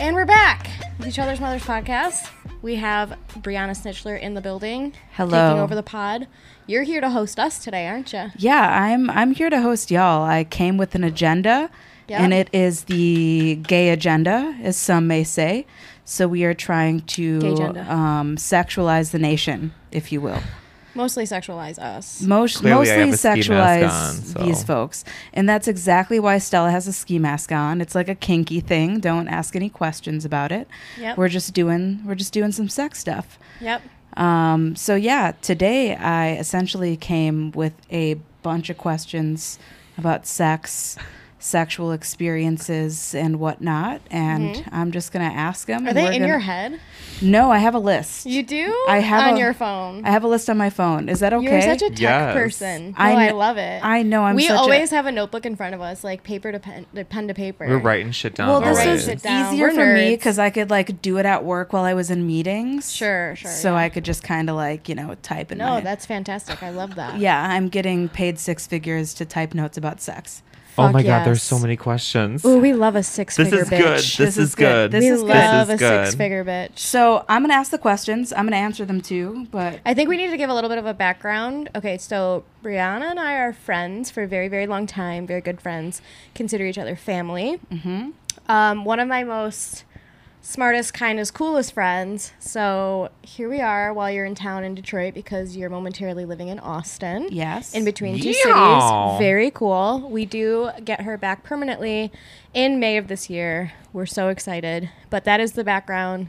And we're back with each other's mother's podcast. We have Brianna Snitchler in the building. Hello. Taking over the pod. You're here to host us today, aren't you? Yeah, I'm I'm here to host y'all. I came with an agenda, Yeah. and it is the gay agenda, as some may say. So we are trying to Gay agenda. um, sexualize the nation, if you will. Mostly sexualize us. Most, Clearly, I mostly have a ski mask sexualize on, so- these folks, and that's exactly why Stella has a ski mask on. It's like a kinky thing. Don't ask any questions about it. Yep. We're just doing we're just doing some sex stuff. Yep. Um, so yeah, today I essentially came with a bunch of questions about sex, sexual experiences, and whatnot, and I'm just gonna ask them. Mm-hmm. Are they in your head? No, I have a list. You do? I have on a- your phone. I have a list on my phone. Is that okay? You're such a tech Yes. person. No, I I, kn- love it. I know, I'm We such a- always have a notebook in front of us, like paper to pen, to pen to paper. We're writing shit down. well, All this right. was Sit easier down. We're for me nerds. because I could like do it at work while I was in meetings. Sure, sure, So yeah. I could just kind of like you know type in. No, my- that's fantastic. I love that. yeah. I'm getting paid six figures to type notes about sex. Oh Fuck my god, yes. there's so many questions. Ooh, we love a six this figure is bitch. good. This, This is is good. good. This We is good. love This is a good. six figure bitch. So I'm gonna ask the questions. I'm gonna answer them too, but I think we need to give a little bit of a background. Okay, so Brianna and I are friends for a very, very long time, very good friends, consider each other family. Mm-hmm. Um, one of my most smartest, kindest, coolest friends. So here we are while you're in town in Detroit because you're momentarily living in Austin. Yes. In between two Yeah. cities. Very cool. We do get her back permanently in May of this year. We're so excited. But that is the background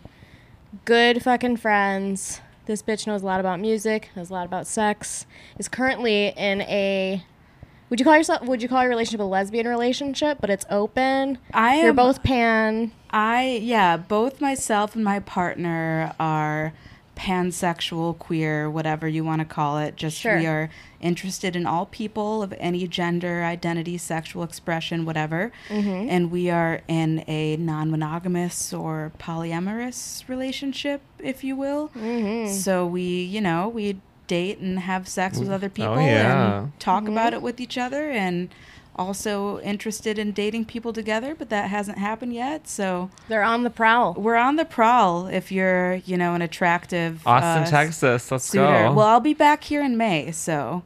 good fucking friends. This bitch knows a lot about music, knows a lot about sex. Is currently in a would you call yourself would you call your relationship a lesbian relationship, but it's open. I You're am- both pan. I yeah, both myself and my partner are pansexual, queer, whatever you want to call it. Just Sure. we are interested in all people of any gender, identity, sexual expression, whatever. Mm-hmm. And we are in a non-monogamous or polyamorous relationship, if you will. Mm-hmm. So we, you know, we date and have sex with other people Oh, yeah. Mm-hmm. and talk about it with each other and also interested in dating people together, but that hasn't happened yet. So They're on the prowl. we're on the prowl if you're, you know, an attractive Austin, uh, Texas. Let's suitor. go. Well, I'll be back here in May, so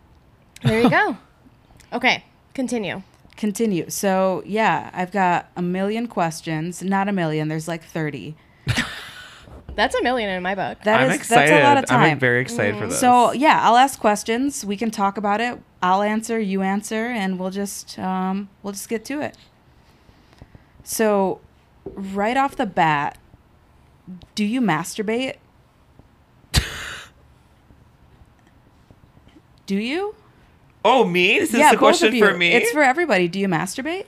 There you go. Okay, continue. continue. So, yeah, I've got a million questions. Not a million, there's like 30. That's a million in my book. That I'm is- excited. that's a lot of time. Mm-hmm. I'm very excited for this. So, yeah, I'll ask questions, we can talk about it. I'll answer, you answer, and we'll just um we'll just get to it. So, right off the bat, do you masturbate? do you? oh, me? This is the both question of you. for me. It's for everybody. Do you masturbate?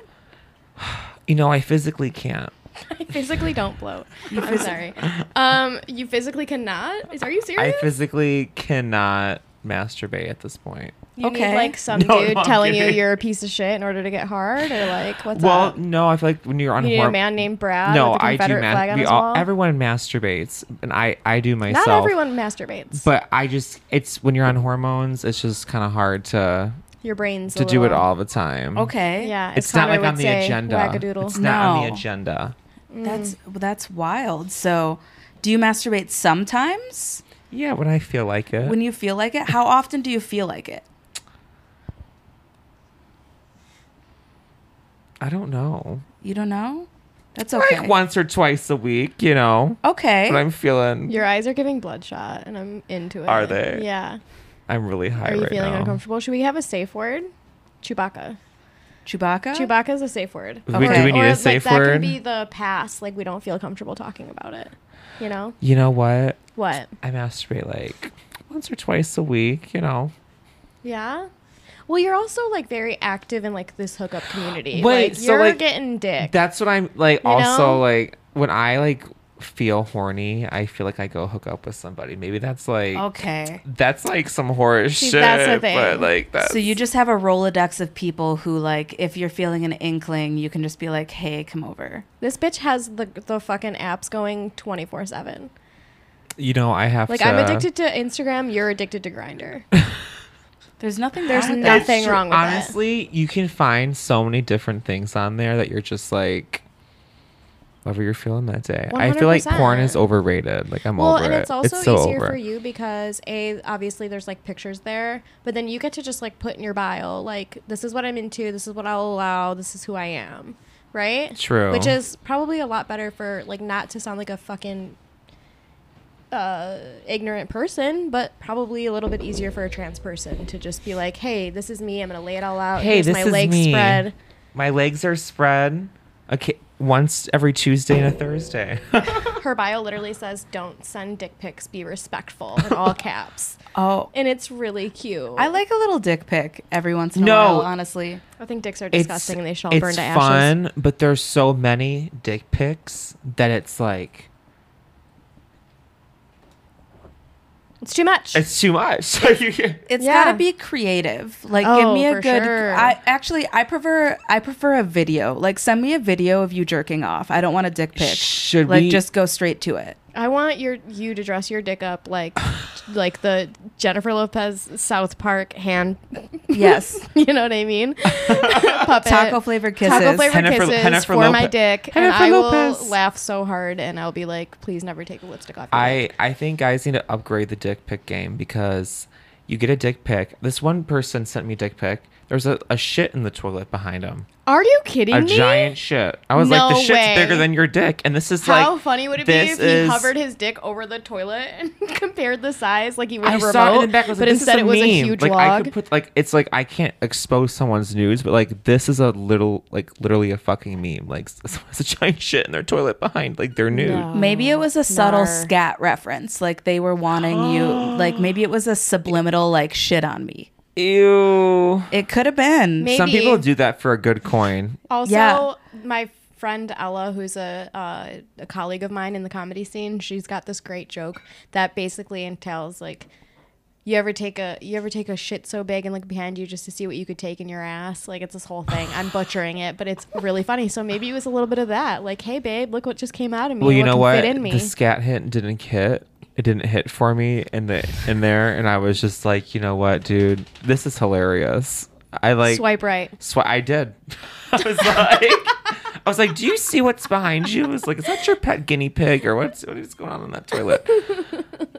you know, I physically can't. I physically don't bloat. I'm sorry. Um, you physically cannot. Is, are you I serious? physically cannot masturbate at this point. you need Okay. like some No, no, dude I'm telling you kidding. you're a piece of shit in order to get hard, or like what's Well, up? no, I feel like when you're on You need a horm- man named Brad. no, with a I do. Confederate flag Mas- on we his all, wall? everyone masturbates, and I, I do myself. Not everyone masturbates. But I just, it's when you're on hormones, it's just kind of hard to Your brain's a to do it little- all the time. Okay. Yeah, It's not like on the agenda. Wackadoodle. It's not on the No. agenda. That's that's wild. So, do you masturbate sometimes Yeah, when I feel like it. when you feel like it? How often do you feel like it? I don't know. You don't know? That's okay. Like once or twice a week, you know. Okay. But I'm feeling Your eyes are giving bloodshot, and I'm into it. Are they? Yeah. I'm really high Are you right feeling now. uncomfortable? Should we have a safe word? Chewbacca. Chewbacca? Chewbacca is a safe word. Do we- do we need a like, safe that That can word? be the past. Like we don't feel comfortable talking about it. You know You know what? what? I masturbate like once or twice a week, you know. Yeah. Well, you're also like very active in like this hookup community. Wait, like, so, you're like, getting dick. That's what I'm like You also know? like when I like feel horny, I feel like I go hook up with somebody. Maybe that's like Okay. that's like some horror Oh. See, shit. that's the thing. But like that's So you just have a Rolodex of people who like if you're feeling an inkling, you can just be like, "Hey, come over." this bitch has the the fucking apps going twenty four seven. you know, I have Like to I'm addicted to Instagram. You're addicted to Grinder. There's nothing There's wrong with no- that. It's nothing true. wrong with it. Honestly, you can find so many different things on there that you're just like, whatever you're feeling that day. I feel like 100%. porn is overrated. Like I'm well, over and it. it's also so easier over. for you because a obviously there's like pictures there, but then you get to just like put in your bio like this is what I'm into, this is what I'll allow, this is who I am, right? True. Which is probably a lot better for like not to sound like a fucking uh, ignorant person, but probably a little bit easier for a trans person to just be like, hey, this is me. I'm gonna lay it all out. Hey, Here's this my is legs me. spread. My legs are spread. Okay, once every Tuesday and a Thursday. Her bio literally says, "Don't send dick pics. Be respectful." In all caps. Oh, And it's really cute. I like a little dick pic every once in a No. while, honestly. I think dicks are It's- disgusting and they shall it's burn to ashes. fun, but there's so many dick pics that it's like It's too much. it's too much. So you get- It's Yeah. got to be creative. Like give Oh, me a for good sure. I actually I prefer I prefer a video. Like send me a video of you jerking off. I don't want a dick pic. Should like we- just go straight to it. I want your you to dress your dick up like like the Jennifer Lopez South Park hand. Yes. You know what I mean? Puppet. Taco flavored kisses. Taco flavor Jennifer- kisses Jennifer for my Lopez. dick, and Jennifer I Lopez. will laugh so hard, and I'll be like, "Please never take the lipstick off." your dick." I I think guys need to upgrade the dick pic game because you get a dick pic. This one person sent me a dick pic. There's a, a shit in the toilet behind him. are you kidding A me? giant shit. I was like, the No shit's way. bigger than your dick, and this is like How funny would it be this if he is- hovered his dick over the toilet and compared the size like he would a I remote, saw it in the back. I was but like, this instead is a it was meme. a huge like, I log? could put like it's like I can't expose someone's news, but like this is a little like literally a fucking meme. Like someone's a giant shit in their toilet behind like their nude. No. Maybe it was a subtle Nar. scat reference. Like they were wanting you like maybe it was a subliminal like shit on me. Ew. It could have been. Maybe. Some people do that for a good coin. Also, Yeah. my friend Ella, who's a uh, a colleague of mine in the comedy scene, she's got this great joke that basically entails like, you ever take a you ever take a shit so big and look behind you just to see what you could take in your ass? Like it's this whole thing. I'm butchering it, but it's really funny. So maybe it was a little bit of that. Like, hey babe, look what just came out of me. Well, you know can what? Fit in me. The scat hit didn't hit. It didn't hit for me in the in there, and I was just like, you know what, dude, this is hilarious. I like Swipe right. Swi I did. I was like, I was like, do you see what's behind you? I was like, is that your pet guinea pig or what's what is going on in that toilet?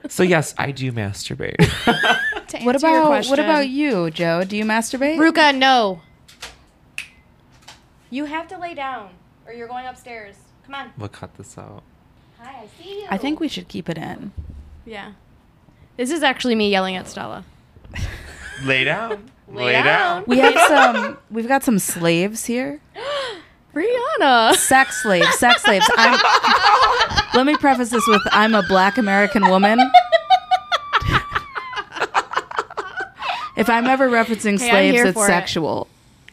So yes, I do masturbate. To What answer your about what question. about you, Joe? Do you masturbate? Ruka? No. You have to lay down, or you're going upstairs. Come on. we'll cut this out. Hi, I see you. I think we should keep it in. Yeah. This is actually me yelling at Stella. Lay down. Lay, Lay down. down. We have some we've got some slaves here. Brianna. Sex slaves, sex slaves. I'm, let me preface this with I'm a black American woman. If I'm ever referencing Hey, I'm slaves, here it's for it. sexual.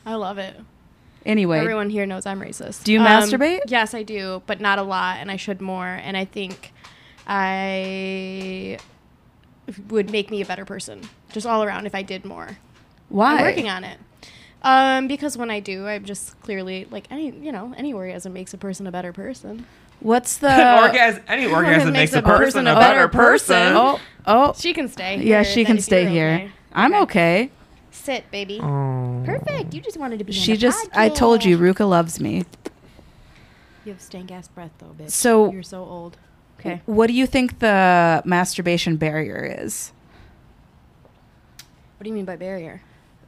I love it. Anyway, Everyone here knows I'm racist. Um, Do you masturbate? Yes, I do, but not a lot, and I should more. And I think I would make me a better person, just all around, if I did more. why? I'm working on it. Um, because when I do, I'm just clearly like any you know any orgasm makes a person a better person. What's An the orgasm, any orgasm makes, a person a a better better person. Oh, oh, She can stay. here yeah, she if- can if stay you're here. okay. I'm okay. Sit, baby. Oh. Perfect. You just wanted to be. on She the just, I told you, Ruka loves me. You have stank ass breath though, bitch. So- you're so old. Okay. What do you think the masturbation barrier is? What do you mean by barrier?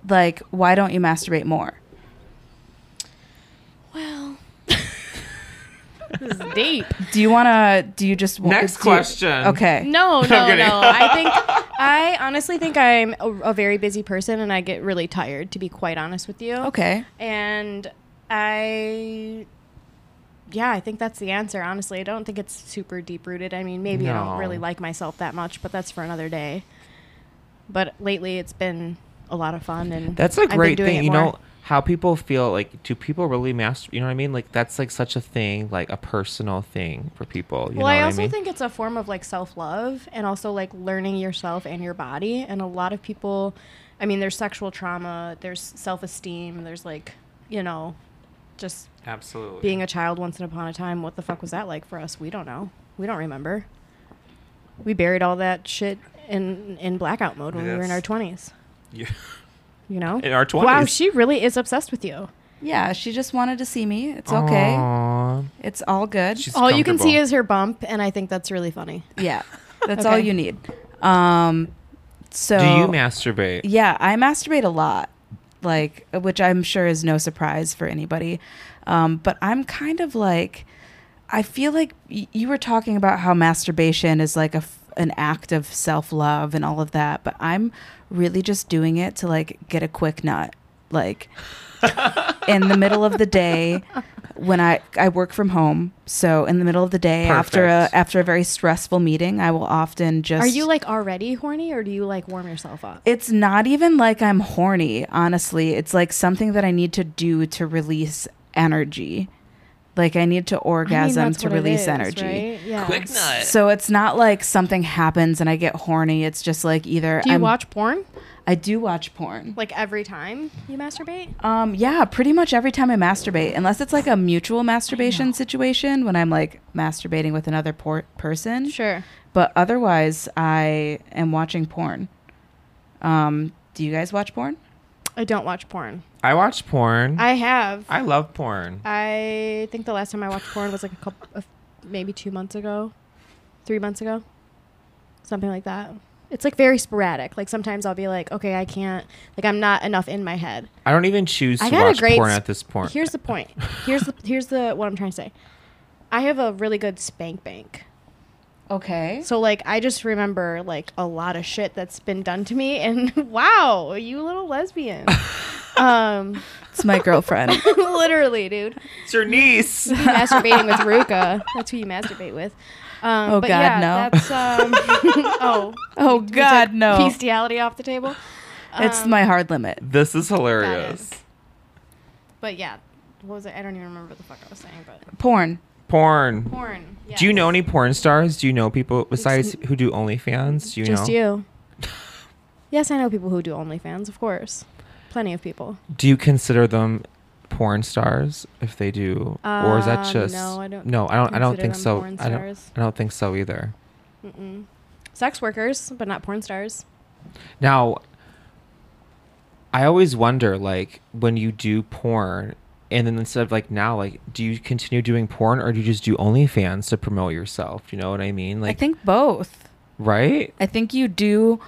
Like, why don't you masturbate more? Well, this is deep. Do you want to? Do you just want? Next do you- question. okay. No, I'm no, kidding. no. I think I honestly think I'm a, a very busy person, and I get really tired. To be quite honest with you. Okay. And I. Yeah, I think that's the answer. Honestly, I don't think it's super deep rooted. I mean, maybe I No. don't really like myself that much, but that's for another day. But lately, it's been a lot of fun, and That's I've a been great doing thing. it You more. know how people feel like do people really master you know what I mean? Like that's like such a thing, like a personal thing for people. You well, know I what also I mean? think it's a form of like self love and also like learning yourself and your body. And a lot of people, I mean, there's sexual trauma, there's self esteem, there's like, you know, just Absolutely. being a child once and upon a time. What the fuck was that like for us? We don't know. We don't remember. We buried all that shit in in blackout mode when we were in Yes. our 20s, you know? In our Wow, 20s. she really is obsessed with you. Yeah, she just wanted to see me. It's okay. down. It's all good. She's All you can see comfortable. is her bump, and I think that's really funny. yeah. That's all Okay. you need. Um so Do you masturbate? Yeah, I masturbate a lot, like which I'm sure is no surprise for anybody. Um, but I'm kind of like, I feel like y- you were talking about how masturbation is like a f- an act of self love and all of that, but I'm really just doing it to like get a quick nut, like in the middle of the day when I I work from home. So in the middle of the day after a Perfect. after a very stressful meeting, I will often just Are you like already horny, or do you like warm yourself up? it's not even like I'm horny, honestly. It's like something that I need to do to release energy. Like I need to I mean, orgasm that's to what it release is, energy. right? Yeah. Quick nut. So it's not like something happens and I get horny. It's just like either Do you I'm- watch porn I do watch porn. like every time you masturbate? Um, yeah, pretty much every time I masturbate, unless it's like a mutual masturbation situation when I'm like masturbating with another por- person. Sure. But otherwise, I am watching porn. Um, do you guys watch porn? I don't watch porn. I watch Mm-hmm. porn. I, I have. I, love porn. think the last time I watched porn was like a couple, of, maybe two months ago, three months ago, something like that. It's like very sporadic. Like sometimes I'll be like, okay, I can't. Like I'm not enough in my head. I don't even choose to I got a watch great porn sp- at this point. Here's the point. Here's the here's the what I'm trying to say. I have a really good spank bank. Okay. So like I just remember like a lot of shit that's been done to me and wow, you little lesbian. um It's my girlfriend. literally, dude. it's your niece. You masturbating with Ruka. That's who you masturbate with. Um, Oh, but God, yeah, no. That's, um, oh, oh God, no! bestiality off the table. it's Um, my hard limit. This is hilarious. But yeah, what was it? I don't even remember what the fuck I was saying. But Porn. Porn. porn. Do you yes. know any porn stars? Do you know people besides who do OnlyFans? Do you Just know? you. yes, I know people who do OnlyFans, of course. Plenty of people. Do you consider them porn stars if they do, or is that Uh, just no, I don't No, I don't. I don't consider think them so. porn I don't. stars. I don't think so either. Mm-mm. Sex workers, but not porn stars. Now, I always wonder, like, when you do porn, and then instead of like now, like, do you continue doing porn or do you just do OnlyFans to promote yourself? You know what I mean? Like, I think both. right? I think you do.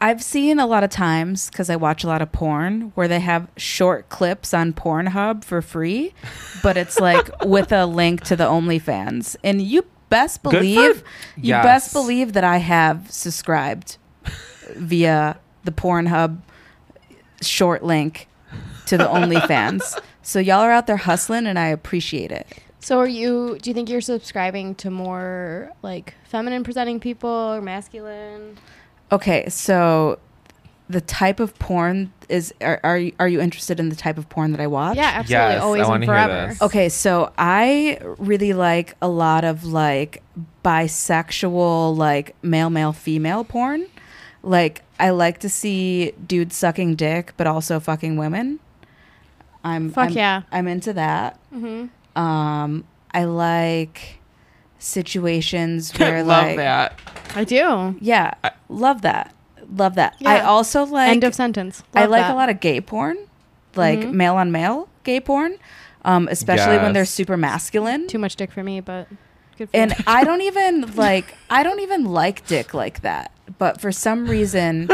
I've seen a lot of times because I watch a lot of porn where they have short clips on Pornhub for free, but it's like with a link to the OnlyFans, and you best for- believe you Yes. best believe that I have subscribed via the Pornhub short link to the OnlyFans. so y'all are out there hustling, and I appreciate it. So are you do you think you're subscribing to more like feminine presenting people or masculine? Okay, so the type of porn is are are you, are you interested in the type of porn that I watch? Yeah, absolutely. Yes, I Always and wanna hear forever. this. Okay, so I really like a lot of like bisexual like male male female porn. Like I like to see dudes sucking dick but also fucking women. I'm Fuck I'm- yeah. I'm into that. Mhm. Um I like situations where I love like that. I do. yeah, love that. Love that. I Yeah. also like End of Mm-hmm. sentence. I like a lot of gay porn, like male on male gay porn, um, especially when they're Yes. super masculine. too much dick for me, but good for And you. I don't even like I don't even like dick like that. But for some reason,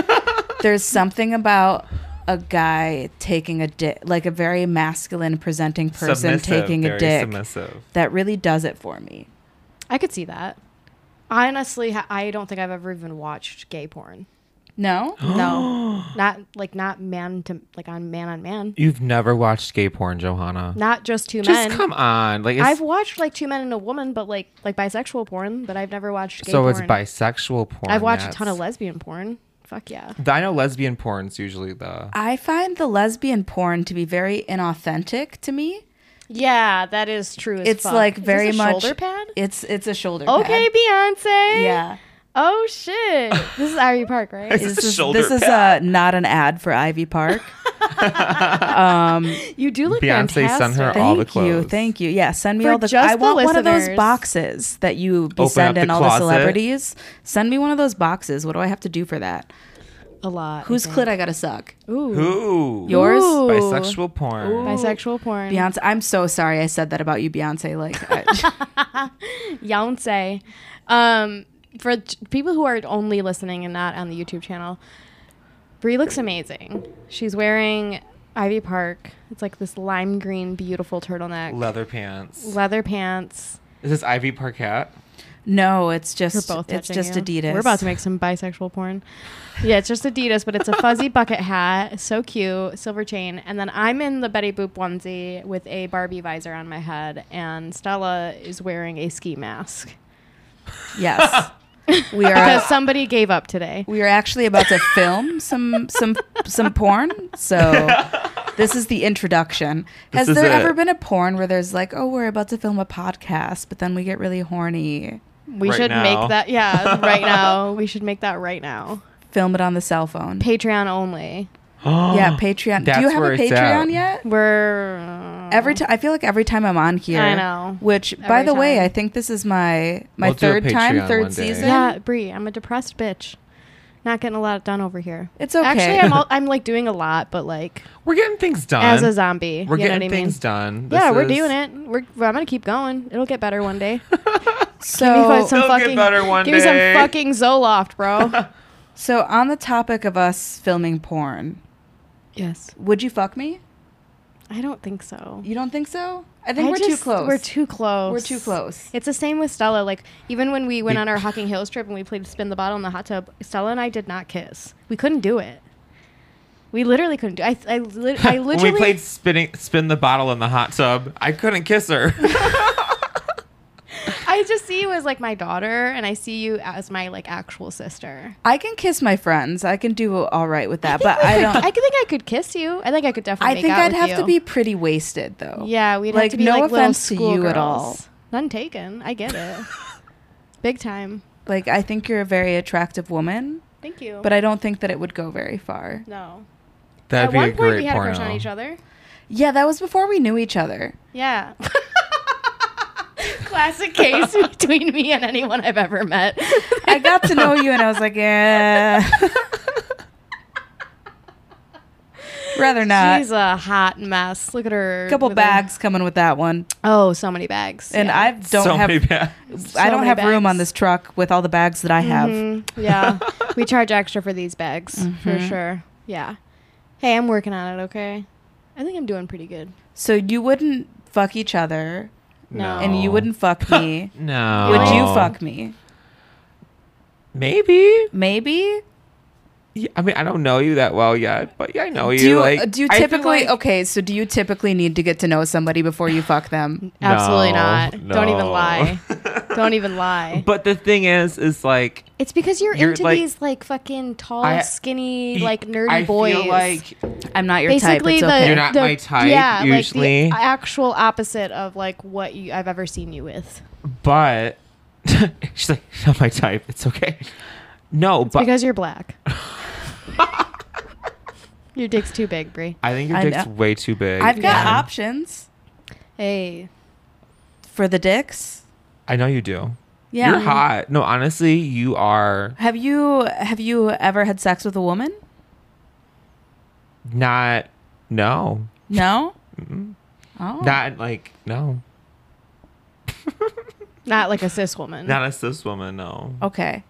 there's something about a guy taking a dick, like a very masculine presenting person Submissive, taking a very dick, Submissive. that really does it for me. I could see that. Honestly, ha- I don't think I've ever even watched gay porn. No, No, not like not man to like on man on man. You've never watched gay porn, Johanna. Not just two Just men. come on. Like, it's, I've watched like two men and a woman, but like like bisexual porn, but I've never watched gay so porn. it's bisexual porn. I've watched a ton that's- of lesbian porn. Fuck yeah. I know lesbian porn's usually the. I find the lesbian porn to be very inauthentic to me. Yeah, that is true. As It's fuck. like Is this very a much shoulder pad. It's it's a shoulder. Okay, pad. Beyonce. Yeah. Oh shit. this is Ivy Park, right? It's This a is, shoulder this is uh, not an ad for Ivy Park. um, You do look Beyonce sent her fantastic. all- the thank you, clothes. thank you. Yeah, send me For all the. just I the want one of those listeners. boxes that you be Open up sending the all the closet. celebrities. Send me one of those boxes. What do I have to do for that? a lot. I Whose think. clit I gotta suck? Ooh. Who? Yours? Ooh. Bisexual porn. Bisexual porn. Beyonce, I'm so sorry I said that about you, Beyonce. Like, I, Beyonce. Uh, Um, for j- people who are only listening and not on the YouTube channel, Brie looks amazing. She's wearing Ivy Park. It's like this lime green, beautiful turtleneck, Leather pants. leather pants. Is this Ivy Parquette? no, it's We're just both it's touching just you. Adidas. We're about to make some bisexual porn. Yeah, it's just Adidas, but it's a fuzzy bucket hat. So cute, silver chain, and then I'm in the Betty Boop onesie with a Barbie visor on my head, and Stella is wearing a ski mask yes. We because are somebody gave up today. we are actually about to film some some some porn. So this is the introduction. This Has is there it. ever been a porn where there's like, oh, we're about to film a podcast, but then we get really horny? We right should now. make that yeah, right now. We should make that right now. Film it on the cell phone. Patreon only. yeah, Patreon. Do you That's have where a it's Patreon at. yet? We're uh, Every time I feel like every time I'm on here, Mm-hmm. I know. Which, by Every the way, time. I think this is my my We'll do a third time, Patreon third one day. season. yeah, Bree. I'm a depressed bitch. Not getting a lot done over here. It's okay. Actually, I'm all, I'm like doing a lot, but like We're getting things done. as a zombie. We're you know getting what I mean? things done. yeah, This we're is- doing it. We're I'm gonna keep going. It'll get better one day. Give me some so It'll get fucking better one give me some day. fucking Zoloft, bro. so on the topic of us filming porn, yes. would you fuck me? I don't think so. You don't think so? I think I we're too just- close. We're too close. We're too close. It's the same with Stella. Like even when we went We- on our Hocking Hills trip and we played spin the bottle in the hot tub, Stella and I did not kiss. We couldn't do it. We literally couldn't do. I I, lit I When literally we played spinning, spin the bottle in the hot tub, I couldn't kiss her. I just see you as like my daughter, and I see you as my like actual sister. I can kiss my friends. I can do all right with that, think but I could- don't. I could think I could kiss you. I think I could definitely. I make think out I'd with have to you. be pretty wasted though. Yeah, we'd have Like, to be no like offense to little you at all. schoolgirls. None taken. I get it. Big time. Like I think you're a very attractive woman, Thank you. but I don't think that it would go very far. no. That'd at be one a point, great we had a crush on porno. each other. Yeah, that was before we knew each other. Yeah. Classic case between me and anyone I've ever met. I got to know you and I was like, yeah. Rather not. She's a hot mess. Look at her. couple with her- bags coming with that one. Oh, so many bags. And yeah. I don't so have many bad- I so don't many have room bags. on this truck with all the bags that I have. Mhm. Yeah. we charge extra for these bags for Mm-hmm. sure. Yeah. Hey, I'm working on it, okay? I think I'm doing pretty good. So you wouldn't fuck each other No. and Oh. you wouldn't fuck me. No. Would you fuck me? Maybe. Maybe? Yeah, I mean, I don't know you that well yet, but yeah, I know you. do you, uh, like, do you I feel typically like- okay, so do you typically need to get to know somebody before you fuck them? Absolutely No, not. Don't even no. lie. don't even lie. But the thing is, is like It's because you're, You're, into like- these like fucking tall, I- skinny, y- like nerdy I boys. Feel like I'm not your Basically, type. It's the okay. You're not the- my type, Yeah, usually. like the actual opposite of like what you, I've ever seen you with. but she's like not my type. It's okay. No, but because you're black. Your dick's too big, Brie. I think your I dick's know. way too big. I've got and- options Hey, for the dicks. I know you do. Yeah. You're hot. No, honestly, you are Have you have you ever had sex with a woman? not. No, No. Oh. Mm-hmm. not like no, not like a cis woman. not a cis woman. No. okay.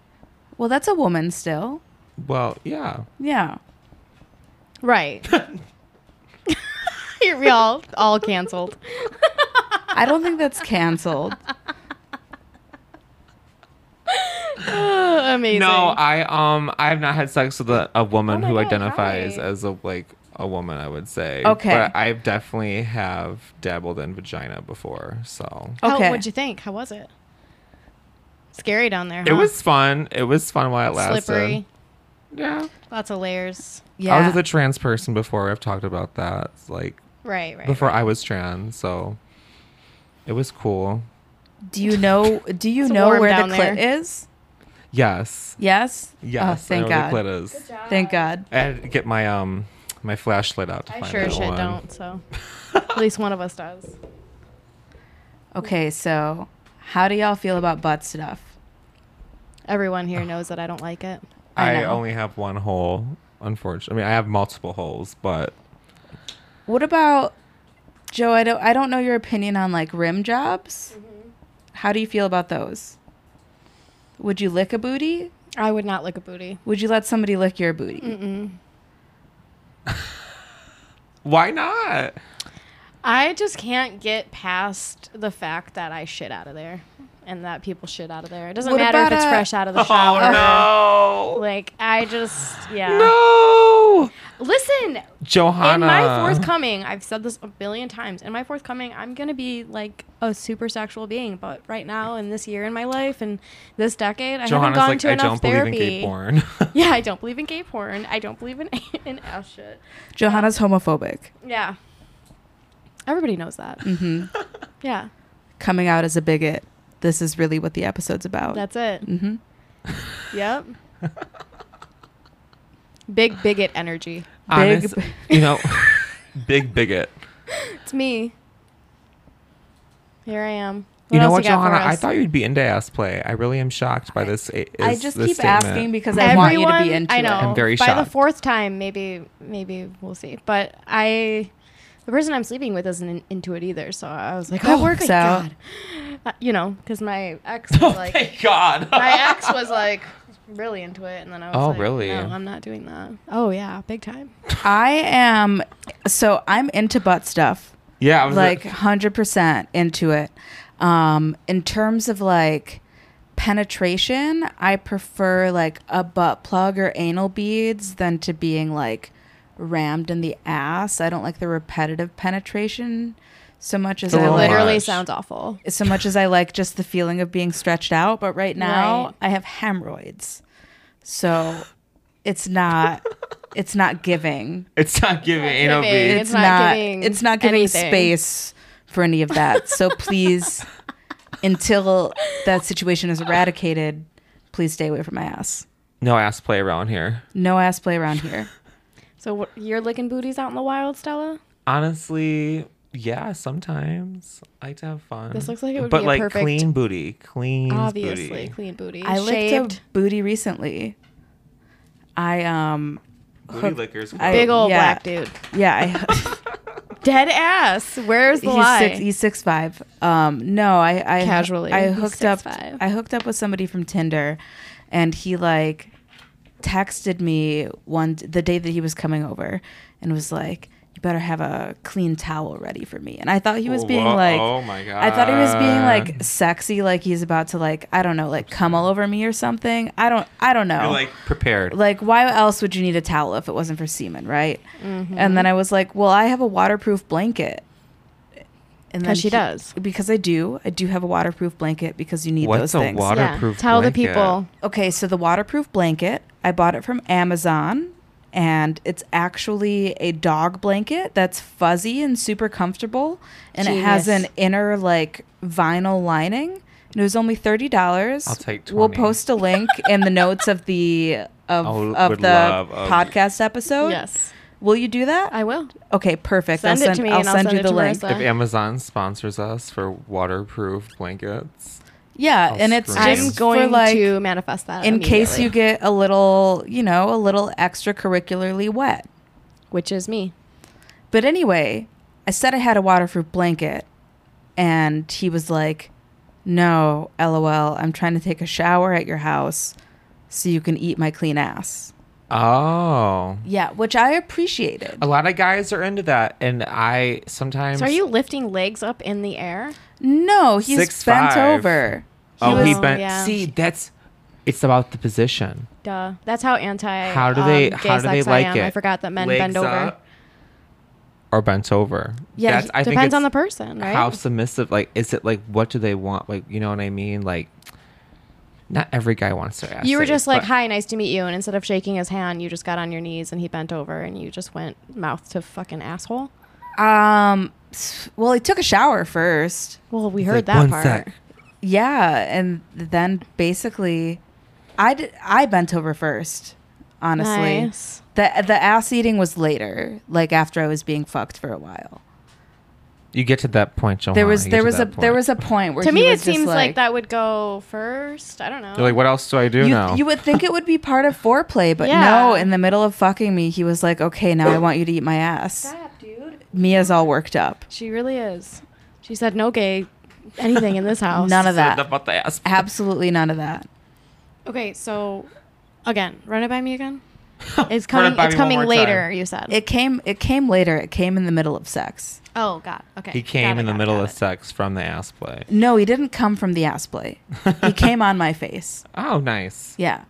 Well, that's a woman still. Well, yeah. Yeah. right. You're we all all canceled. I don't think that's canceled. Amazing. No, I um, I have not had sex with a, a woman Oh my who God, identifies hi. as a like a woman. I would say. Okay. But I definitely have dabbled in vagina before, so. How, Okay. What'd you think? How was it? Scary down there. It huh? was fun. It was fun while it lasted. slippery. Yeah. Lots of layers. Yeah. I was with a trans person before. I've talked about that. It's like Right. Right. before I was trans, so it was cool. do you know do you It's know warm where down the clit there. is? Yes. Yes? Yes. Oh, thank I know God. where The clit is. Thank God. I had to get my um my flashlight out to I find sure that as shit one. don't. So at least one of us does. Okay, so how do y'all feel about butt stuff? Everyone here knows that I don't like it. I I, know. only have one hole, unfortunately. I mean, I have multiple holes, but What about Joe? I don't I don't know your opinion on like rim jobs. How do you feel about those? Would you lick a booty? I would not lick a booty. Would you let somebody lick your booty? why not? I just can't get past the fact that I shit out of there and that people shit out of there. It doesn't What matter if about it's a- fresh out of the shower. Oh Like I just yeah. no, no, Listen, Johanna. in my forthcoming, I've said this a billion times. In my forthcoming, I'm gonna be like a super sexual being. But right now, in this year in my life and this decade, I haven't Johanna's gone like, to I enough don't therapy. believe in gay porn. Yeah, I don't believe in gay porn. I don't believe in in ass shit. Johanna's homophobic, Mm-hmm. Yeah, everybody knows that. Yeah, coming out as a bigot. This is really what the episode's about. that's it. hmm Yep. Big bigot energy. Honest, you know, big bigot. It's me. Here I am. you know else what, got for Johanna? I us? thought you'd be into ass play. I really am shocked by this. Is I just this keep statement. asking because I want you to be into I know. it. I'm very By the shocked. fourth time, maybe maybe we'll see. But I, the person I'm sleeping with isn't in- into it either. So I was like, That oh, works thank out. God. Uh, you know, because my ex was like, Oh, Thank God. my ex was like really into it, and then I was Oh, like, really? No, I'm not doing that. Oh yeah, big time. I am so I'm into butt stuff. yeah, I was like hundred percent into it. Um, in terms of like penetration, I prefer like a butt plug or anal beads than to being like rammed in the ass. I don't like the repetitive penetration so much as The I It little like literally much. sounds awful. so much as I like just the feeling of being stretched out. But right now Right. I have hemorrhoids, so it's not it's not giving It's not giving anal giving. It's beads. it's not not, giving it's not giving anything. space for any of that. So please until that situation is eradicated, please stay away from my ass. No ass play around here. No ass play around here. So what, you're licking booties out in the wild, Stella? Honestly, yeah, sometimes I like to have fun. This looks like it would but be a like perfect- clean booty, clean Obviously, booty. clean booty. I Shaved. licked a booty recently. I um Booty lickers. I- big old yeah. black dude. yeah, I Dead ass. Where's the he's lie? six, he's six five. Um, no, I, I Casually, I he's hooked up. 6'5". I hooked up with somebody from Tinder, and he like texted me one the day that he was coming over, and was like, "You better have a clean towel ready for me." And I thought he was being Whoa, like, oh my god. I thought he was being like sexy, like he's about to like I don't know, like come all over me or something. I don't, I don't know You're like prepared. like why else would you need a towel if it wasn't for semen right Mm-hmm. and then i was like well i have a waterproof blanket and then 'Cause she does. because i do i do have a waterproof blanket because you need What's those a things water- waterproof Tell the blanket. people. okay so the waterproof blanket i bought it from amazon and it's actually a dog blanket that's fuzzy and super comfortable and it has Genius. an inner like vinyl lining and it was only thirty dollars. I'll take We'll 20. post a link in the notes of the of, I would- of would the love um, a- podcast episode. Yes, Will you do that? I will. okay, perfect. Send I'll it send to me I'll and I'll send send you it the to link. Marissa. if Amazon sponsors us for waterproof blankets, Yeah, I'll and it's scream. just I'm going for like to manifest that in case immediately, you get a little, you know, a little extracurricularly wet. which is me. But anyway, I said I had a waterproof blanket, and he was like, "No, lol, I'm trying to take a shower at your house, so you can eat my clean ass." oh, Yeah, which I appreciated. a lot of guys are into that, and I sometimes. So are you lifting legs up in the air? No, he's Six bent five. over. Oh, he Oh, bent. yeah. See, that's. It's about the position. Duh. That's how anti. How do um, they? gay how do they sex I like am. it? I forgot that men Legs bend over. up Or bent over. Yeah, That's- he- I think Depends on it's- the person, right? how submissive like is it like what do they want like you know what i mean like not every guy wants their ass You were saved, just like, but "Hi, nice to meet you," and instead of shaking his hand, you just got on your knees and he bent over and you just went mouth to fucking asshole. Um, s- well, he took a shower first. Well, we it's heard like, that "One part. sec." Yeah, and then basically, I did, I bent over first. Honestly, Nice. the the ass eating was later, like after I was being fucked for a while. You get to that point, Johanna. There was You get there to was a that there point. was a point where to he me, it was just seems like, like that would go first. I don't know. You're like, what else do I do You, now? you would think it would be part of foreplay, but Yeah. no. In the middle of fucking me, he was like, "Okay, now I want you to eat my ass." Stop, dude. Mia's all worked up. She really is. She said no gay anything in this house. None of that. about the ass. Absolutely none of that. Okay, so again, run it by me again. Run It's it coming. by It's me one coming more later. time. You said. It came it came later. It came in the middle of sex. oh God. Okay. He Got came it, in the got it, middle got of it. sex from the ass play. No, he didn't come from the ass play. he came on my face. Oh, nice. Yeah.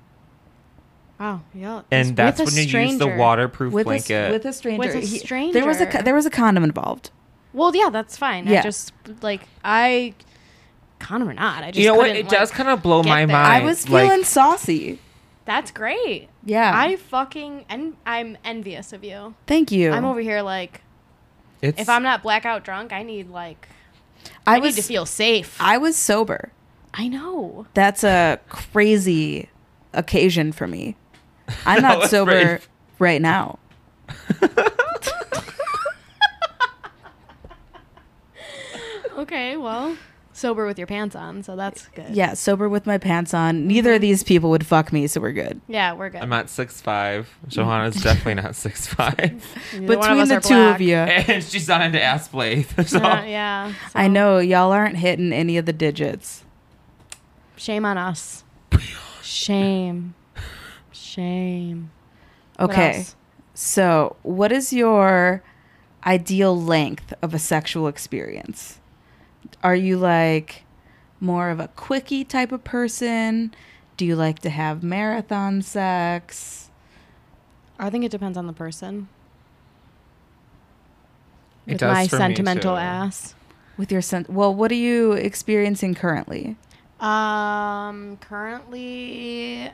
Wow. Yeah. And that's when you use the waterproof With a, s- blanket. with a stranger. With a He- there was a co- stranger. there was a condom involved. Well, yeah, that's fine. I Yeah. just like I, condom or not, I just you know what? couldn't, It does like, kind of blow get my there. mind. I was like, feeling saucy. That's great. Yeah. I fucking and I'm envious of you. Thank you. I'm over here like It's, if I'm not blackout drunk, I need like I I, was need to feel safe. I, I was sober. know. That's a crazy occasion for me. I'm That not was sober brave. right now. Okay, well, sober with your pants on, so that's good. Yeah, sober with my pants on. Neither of these people would fuck me, so we're good. Yeah, we're good. I'm not six five. Johanna's definitely not six five, Neither one Between us the are two black. of you, and she's not into ass play. So Uh, yeah. I so know y'all aren't hitting any of the digits. Shame on us. Shame. Shame. What Okay. else? So, what is your ideal length of a sexual experience? Are you like more of a quickie type of person? Do you like to have marathon sex? I think it depends on the person. It with does my for me, sentimental too. ass. With your sense, well, what are you experiencing currently? Um, currently,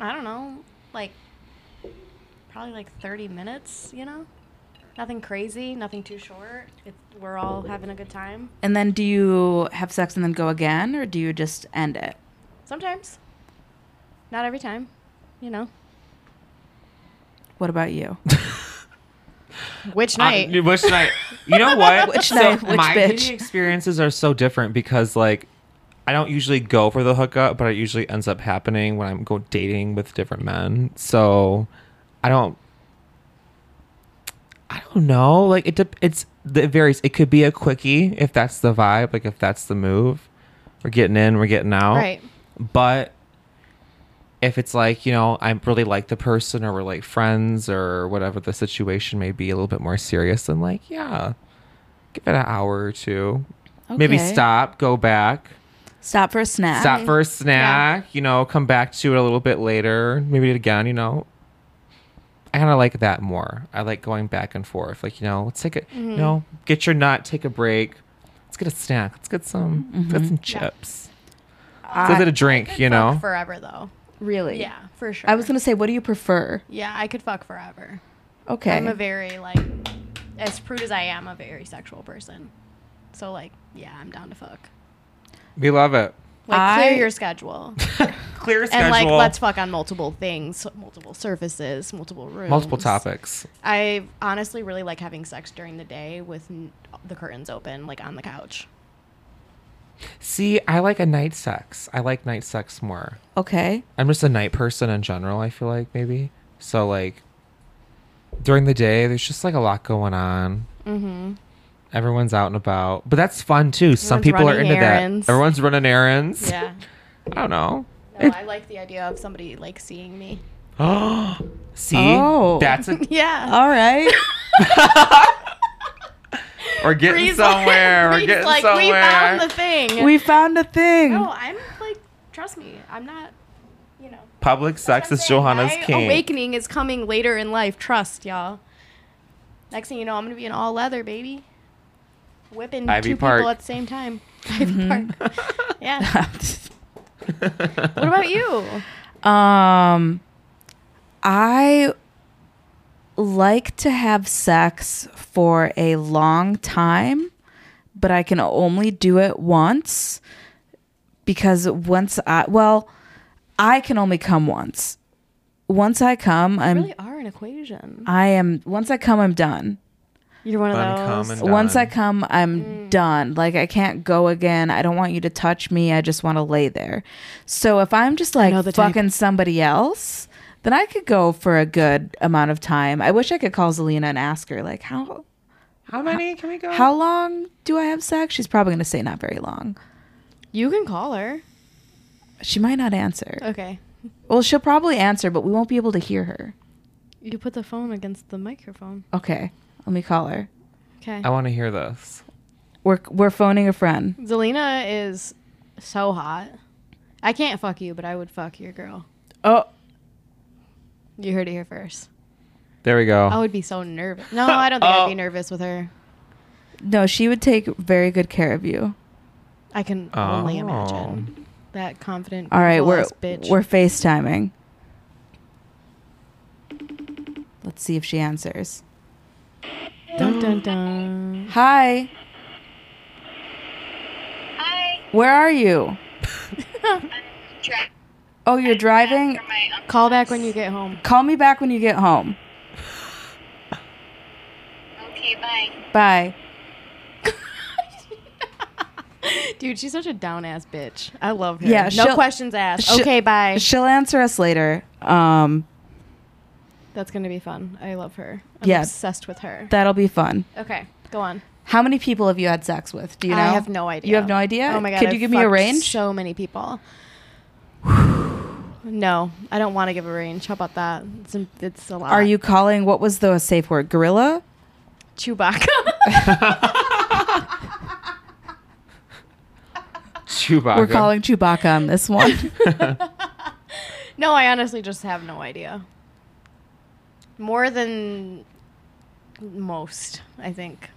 I don't know, like probably like thirty minutes. You know, nothing crazy, nothing too short. It, we're all having a good time. And then, do you have sex and then go again, or do you just end it? Sometimes, not every time. You know, What about you? which I- which night? You know what? Which night? Which my bitch? dating experiences are so different because like I don't usually go for the hookup, but it usually ends up happening when I'm go dating with different men. So I don't. I don't know. Like it, dep it's it varies. It could be a quickie if that's the vibe, like if that's the move. We're getting in, we're getting out. Right. But if it's like, you know, I really like the person or we're like friends or whatever the situation may be a little bit more serious, then like, yeah, give it an hour or two. Maybe Okay. stop, go back, Stop for a snack. stop for a snack, you know, come back to it a little bit later, maybe it again, you know. I kind of like that more. I like going back and forth. Like, you know, let's take a, you know, get your nut, take a break. Let's get a snack. Let's get some, let's get some chips. Let's get a drink, you know. forever though. Really? Yeah, for sure. I was gonna say, what do you prefer? Yeah, I could fuck forever. Okay. I'm a very like, as prude as I am, a very sexual person. So like, yeah, I'm down to fuck. We love it. Like I- clear your schedule. Clear schedule. and like let's fuck on multiple things multiple surfaces multiple rooms multiple topics. i honestly really like having sex during the day with n- the curtains open like on the couch See, I like a night sex. I like night sex more. okay. I'm just a night person in general, I feel like maybe. So like during the day there's just like a lot going on. Mhm. Everyone's out and about. But that's fun too. Some Everyone's people are running into errands. that. Everyone's running errands. yeah I don't know. no i like the idea of somebody like seeing me See? Oh. That's a, yeah All right. we're getting Bree's like- somewhere. we're Bree's getting like somewhere. we found the thing we found a thing. no i'm like trust me i'm not you know Public sex I'm is saying, Johanna's my king. awakening is coming later in life trust y'all next thing you know i'm gonna be in all leather baby whipping Ivy two Park. people at the same time Ivy Park. yeah what about you um, I like to have sex for a long time, but I can only do it once because once I well, I can only come once. Once I come, I'm really are an equation I am once I come, I'm done. You're one of Uncommon. those. Done. Once I come, I'm Mm. done. Like I can't go again. I don't want you to touch me. I just want to lay there. So if I'm just like know the type. fucking somebody else, then I could go for a good amount of time. I wish I could call Zelina and ask her like how How many can we go? how long do I have sex? She's probably gonna say not very long. You can call her. She might not answer. Okay. Well, she'll probably answer, but we won't be able to hear her. You put the phone against the microphone. Okay, let me call her. Okay. I want to hear this. We're we're phoning a friend. Zelina is so hot. I can't fuck you, but I would fuck your girl. Oh, You heard it here first. There we go. I would be so nervous. No, I don't think I'd be Oh. nervous with her. no, she would take very good care of you. I can only Oh. imagine that confident. All right, we're beautiful-ass bitch. we're FaceTiming. Let's see if she answers. dun dun dun. Hi. Hi, Where are you? Jack. Oh, you're driving? From my uncle. Call back when you get home. Call me back when you get home. Okay, bye. Bye. Dude, she's such a down ass bitch. I love her. Yeah, no she'll- questions asked. she'll- okay, bye. She'll answer us later. Um, That's gonna be fun. I love her. I'm Yeah. obsessed with her. that'll be fun. okay, go on. How many people have you had sex with? Do you know? I have no idea. You have no idea? Oh my god! Could I've you give me a fucked range? So many people. no, I don't want to give a range. How about that? It's a, it's a lot. Are you calling? What was the safe word? Gorilla? Chewbacca? Chewbacca. We're calling Chewbacca on this one. no, I honestly just have no idea. More than most, I think.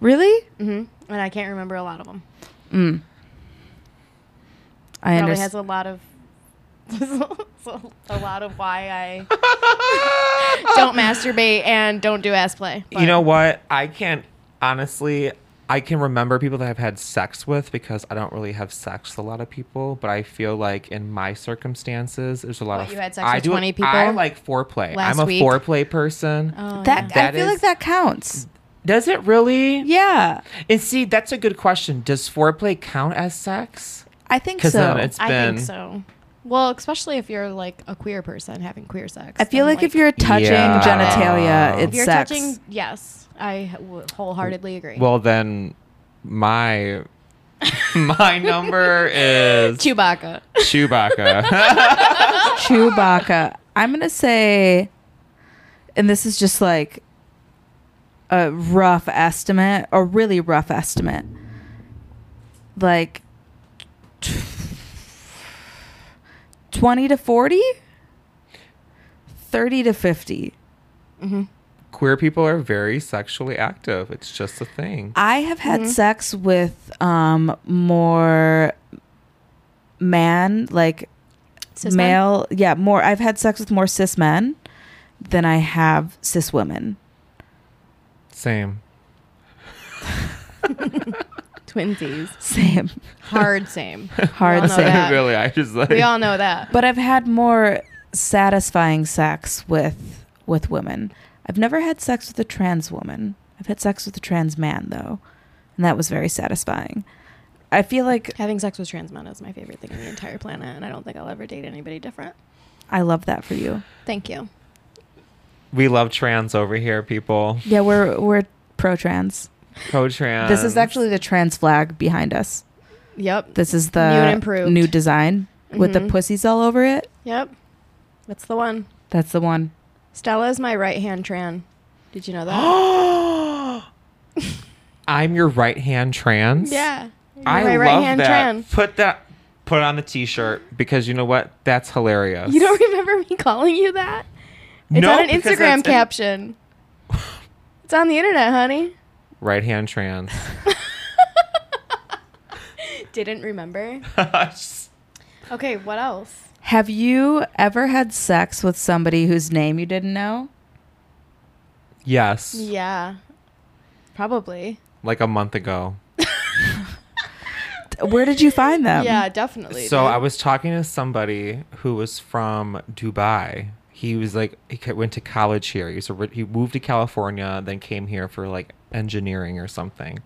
really? hmm Mm-hmm. And I can't remember a lot of them. Mm. I Probably understand. has a lot of so- a lot of why I don't masturbate and don't do ass play. You know what? I can't honestly. I can remember people that I've had sex with because I don't really have sex with a lot of people, but I feel like in my circumstances, there's a lot What, of you had sex I with do- 20 people I like foreplay. last I'm a week? foreplay person. Oh, yeah. that I That feel is- like that counts. Does it really? Yeah, And see, that's a good question. Does foreplay count as sex? I think Because so. then it's been. I think so. Well, especially if you're like a queer person having queer sex. I feel then, like, if you're touching Yeah. genitalia, If it's if you're sex. touching, yes, I w- wholeheartedly agree. Well, then my my number is Chewbacca. Chewbacca. Chewbacca. I'm gonna say, and this is just like a rough estimate, a really rough estimate. Like t- twenty to 40? 30 to fifty. Mm-hmm. Queer people are very sexually active. It's just a thing. I have had Mm-hmm. sex with um more man like Cis men? male yeah more i've had sex with more cis men than i have cis women Same. Twinsies. same Hard same. hard all know same that. really, I just like. We all know that. but i've had more satisfying sex with with women i've never had sex with a trans woman i've had sex with a trans man though and that was very satisfying i feel like Having sex with trans men is my favorite thing on the entire planet, and I don't think I'll ever date anybody different. i love that for you Thank you. we love trans over here, people. yeah we're we're pro trans Pro trans. this is actually the trans flag behind us Yep. this is New and the improved. new Mm-hmm. design with the Mhm. pussies all over it Yep. That's the one. that's the one Stella is my right hand tran. Did you know that? I'm your right hand trans. yeah. You're I my love right-hand that. tran. Put that. Put on the t-shirt because you know what? That's hilarious. You don't remember me calling you that? It's No, on an because Instagram that's an- caption. it's on the internet, honey. Right hand trans. Didn't remember. Okay, what else? Have you ever had sex with somebody whose name you didn't know? yes. Yeah. Probably. Like a month ago. Where did you find them? yeah, definitely. So dude. I was talking to somebody who was from Dubai. he was like he ca- went to college here. He was a, ri- he moved to California, then came here for like engineering or something,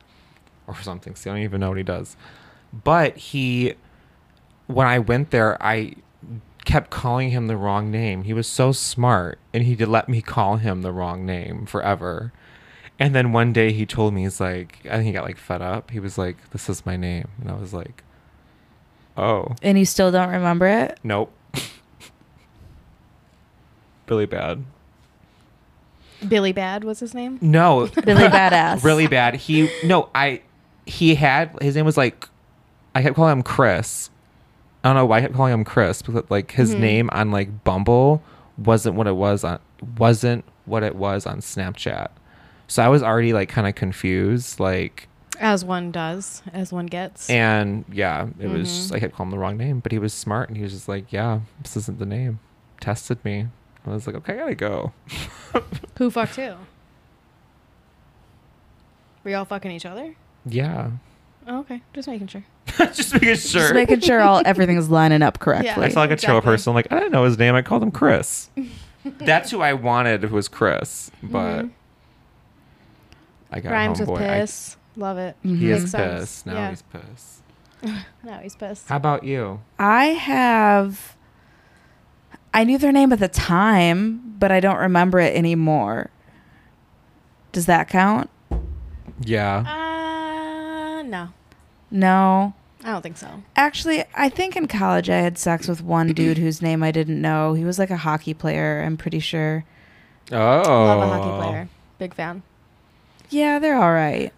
or something. So I don't even know what he does. But he, when I went there, I kept calling him the wrong name. He was so smart, and he did let me call him the wrong name forever. And then one day he told me he's like, I think he got like fed up. He was like, "This is my name," and I was like, "Oh." And you still don't remember it? Nope. really bad. Billy Bad was his name. No, Really badass. really bad. He no, I he had his name was like I kept calling him Chris. I don't know why I kept calling him Chris because like his Mm-hmm. name on like Bumble wasn't what it was on wasn't what it was on Snapchat. So I was already like kind of confused like As one does, as one gets. and yeah, it was Mm-hmm. just I kept calling him the wrong name, but he was smart and he was just like, "Yeah, this isn't the name." Tested me. I was like, "Okay, I got to go." Who fucked who? Were y'all fucking each other? Yeah. Oh, okay. Just making sure. just making sure. Just making sure all everything's lining up correctly. I Yeah. saw like a Exactly. chill person. Like I didn't know his name. I called him Chris. That's who I wanted. Was Chris, but I got Mm-hmm. Rhymes with homeboy. I- piss. Love it. he Makes is sense. pissed. Now Yeah. he's pissed. Now he's pissed. How about you? I have. I knew their name at the time, but I don't remember it anymore. Does that count? Yeah. Uh, no. No. I don't think so. Actually, I think in college I had sex with one dude whose name I didn't know. He was like a hockey player, I'm pretty sure. Oh. Uh, Love a hockey player. Big fan. Yeah, they're all right.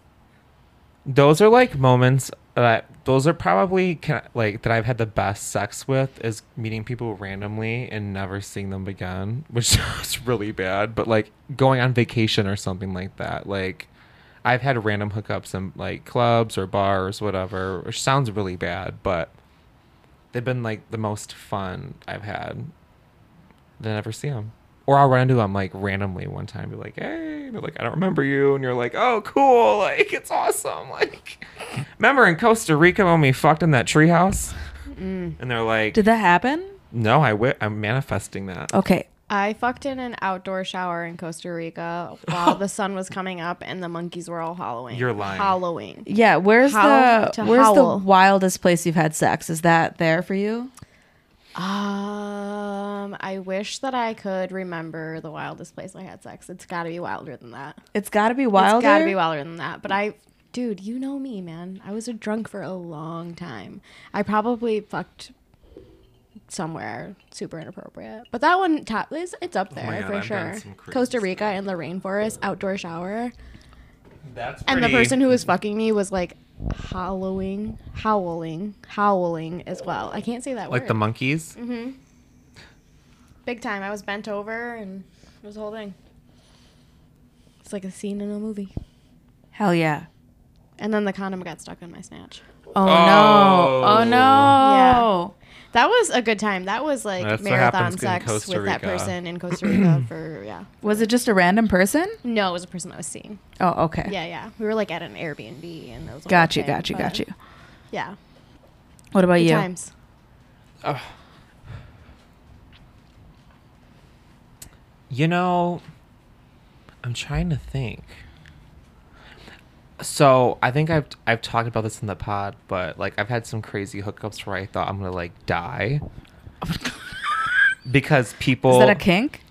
Those are like moments that those are probably can, like that I've had the best sex with is meeting people randomly and never seeing them again, which sounds really bad. But like going on vacation or something like that, like I've had random hookups in like clubs or bars, whatever, which sounds really bad, but they've been like the most fun I've had. Then I never see them. Or I'll run into them like randomly one time, be like, hey, and they're like, I don't remember you. And you're like, oh, cool. Like, it's awesome. Like, remember in Costa Rica when we fucked in that treehouse? Mm. And they're like, Did that happen? no, I wi- I'm manifesting Oh. that. Okay. I fucked in an outdoor shower in Costa Rica while the sun was coming up and the monkeys were all howling. You're lying. Howling. Yeah, where's Howl the to where's howl. the wildest place you've had sex? Is that there for you? Um, I wish that I could remember the wildest place I had sex. It's got to be wilder than that. It's got to be wilder. It's got to be wilder than that. But I, dude, you know me, man. I was a drunk for a long time. I probably fucked somewhere super inappropriate. But that one top is it's up there Oh my God, for I've done sure. some crazy Costa Rica and the rainforest outdoor shower. That's And the person who was fucking me was like howling, howling, howling as well. I can't say that like word. Mm-hmm. the monkeys. Big time. I was bent over and it was the whole thing. It's like a scene in a movie. Hell yeah. And then the condom got stuck in my snatch. Oh, no. Oh. Oh no. That was a good time. That was like That's what happens marathon in sex Costa with that Rica. person in Costa Rica for yeah. Was it just a random person? No, it was a person I was seeing. Oh, okay. Yeah, yeah. We were like at an Airbnb and it was a whole Got you, thing, got you, but got you. Yeah. What about Good you? times. You know, I'm trying to think. So I think I've I've talked about this in the pod, but like I've had some crazy hookups where I thought I'm gonna like die. because people Oh Is that a kink?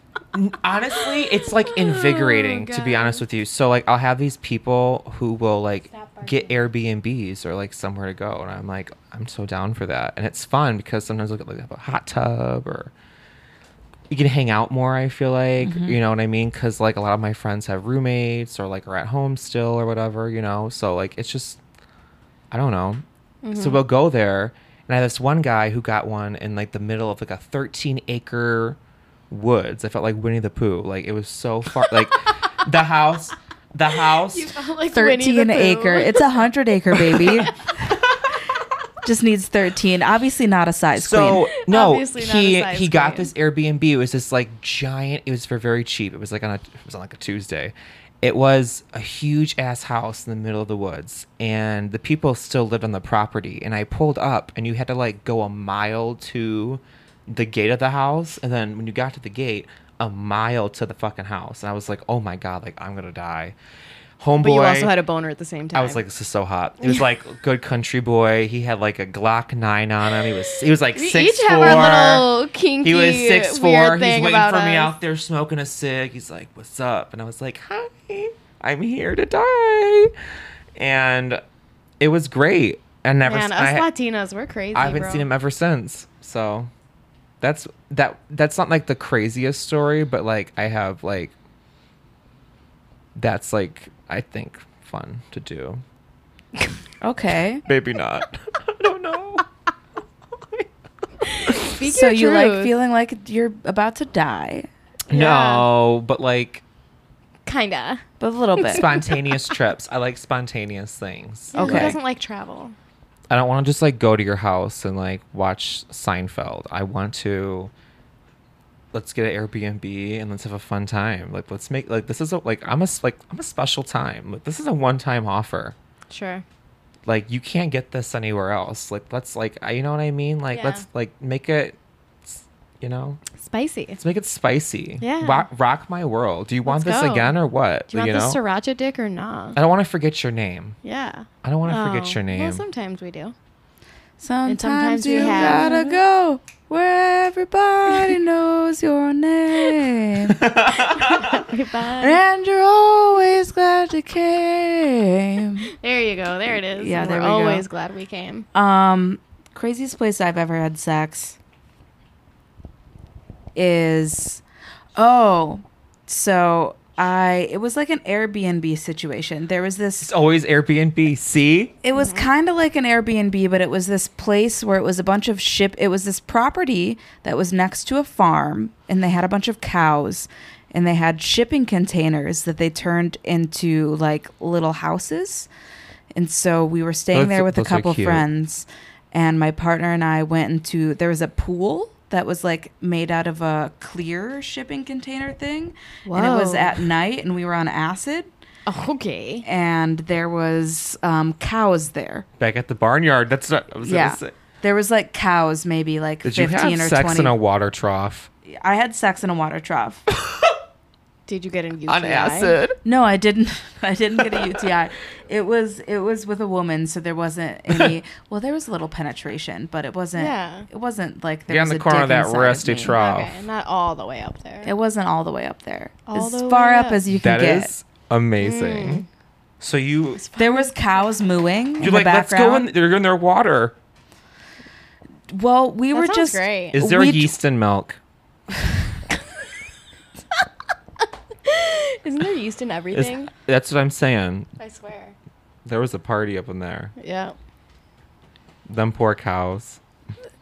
honestly it's like invigorating to be honest with you so like i'll have these people who will like get airbnbs or like somewhere to go and i'm like i'm so down for that and it's fun because sometimes we'll get like have a hot tub or you can hang out more i feel like you know what i mean because like a lot of my friends have roommates or like are at home still or whatever you know so like it's just I don't know. So we'll go there, and I had this one guy who got one in like the middle of like a 13 acre woods. I felt like Winnie the Pooh. Like it was so far. like the house, the house. like Thirteen acre. It's a hundred acre baby. just needs thirteen. Obviously not a size So queen. no, Obviously not a he size he got queen. this Airbnb. It was this like giant. It was for very cheap. It was like on a it was on like a Tuesday. It was a huge ass house in the middle of the woods, and the people still lived on the property. And I pulled up, and you had to like go a mile to the gate of the house, and then when you got to the gate, a mile to the fucking house, and I was like, oh my god, like I'm gonna die. Homeboy, But you also had a boner at the same time. I was like, this is so hot. It was like good country boy. He had like a Glock nine on him. He was he was like we six each have four. our little kinky, he was six weird four. He's thing waiting for about me us. out there smoking a cig. He's like, "What's up?" And I was like, "Hi, I'm here to die," and it was great. I never, Man, us I, Latinas, we're crazy. I haven't bro. seen him ever since. So that's that. That's not like the craziest story, but like I have like that's like I think fun to do. Okay. Maybe not. I don't know. Speak so your you like truth. feeling like you're about to die, No, but like kinda. but a little bit. spontaneous trips. I like spontaneous things. Who Okay. doesn't like travel? I don't want to just like go to your house and like watch Seinfeld. I want to let's get an Airbnb and let's have a fun time. Like let's make like this is a like I'm a s- like I'm a special time. Like this is a one time offer. Sure. Like you can't get this anywhere else. Like let's like I, you know what I mean? Like Yeah. let's like make it s- you know Spicy. let's make it spicy. Yeah. Rock, rock my world. Do you want Let's this go. again or what? Do you want know? this sriracha dick or not? I don't want to forget your name. Yeah. I don't want to Oh. forget your name. Well, sometimes we do. Sometimes, sometimes we you have- gotta go where everybody knows your name, Goodbye. and you're always glad you came. There you go. There it is. Yeah, We're there we go. always glad we came. Um, craziest place I've ever had sex is oh, so I it was like an Airbnb situation. There was this it's always Airbnb. See? it was kind of like an Airbnb, but it was this place where it was a bunch of ship. It was this property that was next to a farm, and they had a bunch of cows, and they had shipping containers that they turned into like little houses. And so we were staying Those- there with a those are couple cute. friends, and my partner and I went into there was a pool that was like made out of a clear shipping container thing, and it was Whoa. at night, and we were on acid. Uh, Okay. And there was um, cows there. Back at the barnyard. That's not. I was Yeah. gonna say. There was like cows, maybe like Did you fifteen have or sex twenty. in a water trough I had sex in a water trough. Did you get an UTI? on acid? no, I didn't. I didn't get a UTI. It was it was with a woman, so there wasn't any. Well, there was a little penetration, but it wasn't. Yeah. It wasn't like there Get on was the a corner dick of that inside rusty me. trough. Okay, not all the way up there. It wasn't all the way up there. All as the far way up, up. as you could That get. is amazing. So you there was cows mooing in you're the like let's go in. background. They're in their water. Well, we That were sounds just great. Is there We- yeast in milk? Isn't there yeast in Is- everything? that's what I'm saying. I swear. There was a party up in there. Yeah. Them poor cows.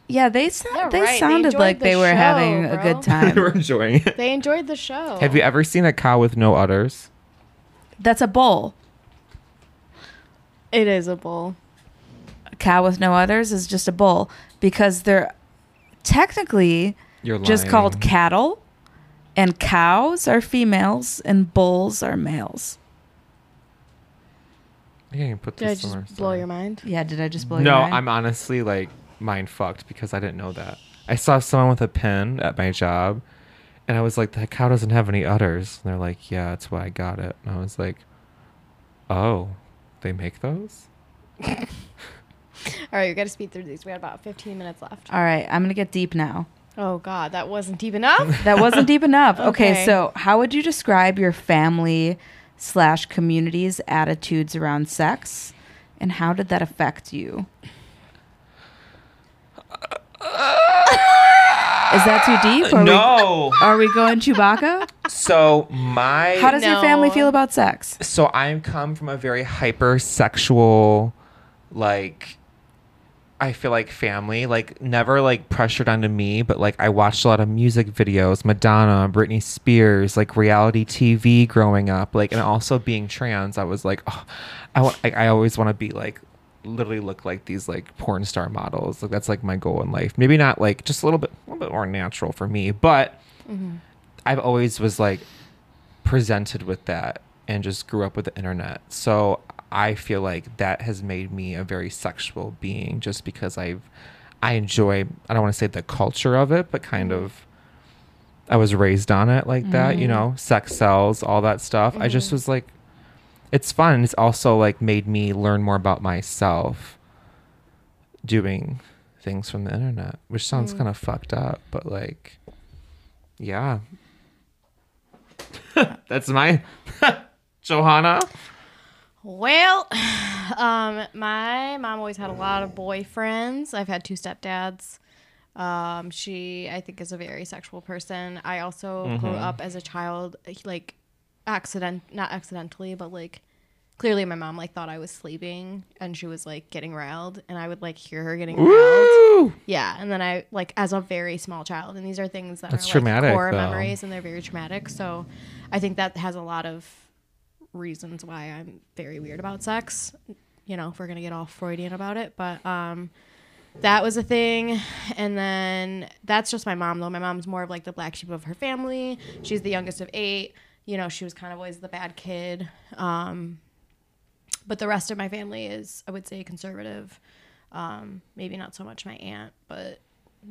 Yeah, they sound, Yeah, they right. They sounded enjoyed like the they were show, having a bro. good they were time. enjoying it. They enjoyed the show. Have you ever seen a cow with no udders? That's a bull. It is a bull. cow with no udders is just a bull because they're technically You're lying. just called cattle and cows are females and bulls are males. I can't put Did I this just somewhere. blow sorry. your mind? Yeah, did I just blow no, your mind? I'm honestly like mind fucked because I didn't know that. I saw someone with a pen at my job, and I was like, "That cow doesn't have any udders." And they're like, "Yeah, that's why I got it." And I was like, "Oh, they make those?" All right, we got to speed through these. We got about 15 minutes left. All right, I'm going to get deep now. Oh God, that wasn't deep enough. That wasn't deep enough. Okay. Okay. so how would you describe your family slash community's attitudes around sex and how did that affect you? Is that too deep? Are we, No. are we going Chewbacca? so my How does your family No. feel about sex? so I come from a very hypersexual, like, I feel like family, like never like pressured onto me, but like I watched a lot of music videos, Madonna, Britney Spears, like reality TV growing up, like, and also being trans, I was like, oh, I want, I, I always want to be like, literally look like these like porn star models. Like that's like my goal in life. Maybe not like just a little bit, a little bit more natural for me, but Mm-hmm. I've always was like presented with that and just grew up with the internet. So I feel like that has made me a very sexual being just because I've I enjoy. I don't want to say the culture of it, but kind of. I was raised on it like that, you know, sex sells, all that stuff. I just was like, it's fun. It's also like made me learn more about myself doing things from the internet, which sounds kind of fucked up, but like, yeah. That's my Johanna. Well, um, my mom always had a lot of boyfriends. I've had two stepdads. Um, she, I think, is a very sexual person. I also grew up as a child, like, accident, not accidentally, but like, clearly my mom like thought I was sleeping and she was like getting riled, and I would like hear her getting riled. Woo! Yeah, and then I like as a very small child, and these are things that That's are traumatic, like, core though. memories, and they're very traumatic. So, I think that has a lot of reasons why I'm very weird about sex. You know, if we're gonna get all Freudian about it, but um, that was a thing. And then that's just my mom though. My mom's more of like the black sheep of her family. She's the youngest of eight. You know, she was kind of always the bad kid. Um, but the rest of my family is, I would say, conservative. Um, maybe not so much my aunt, but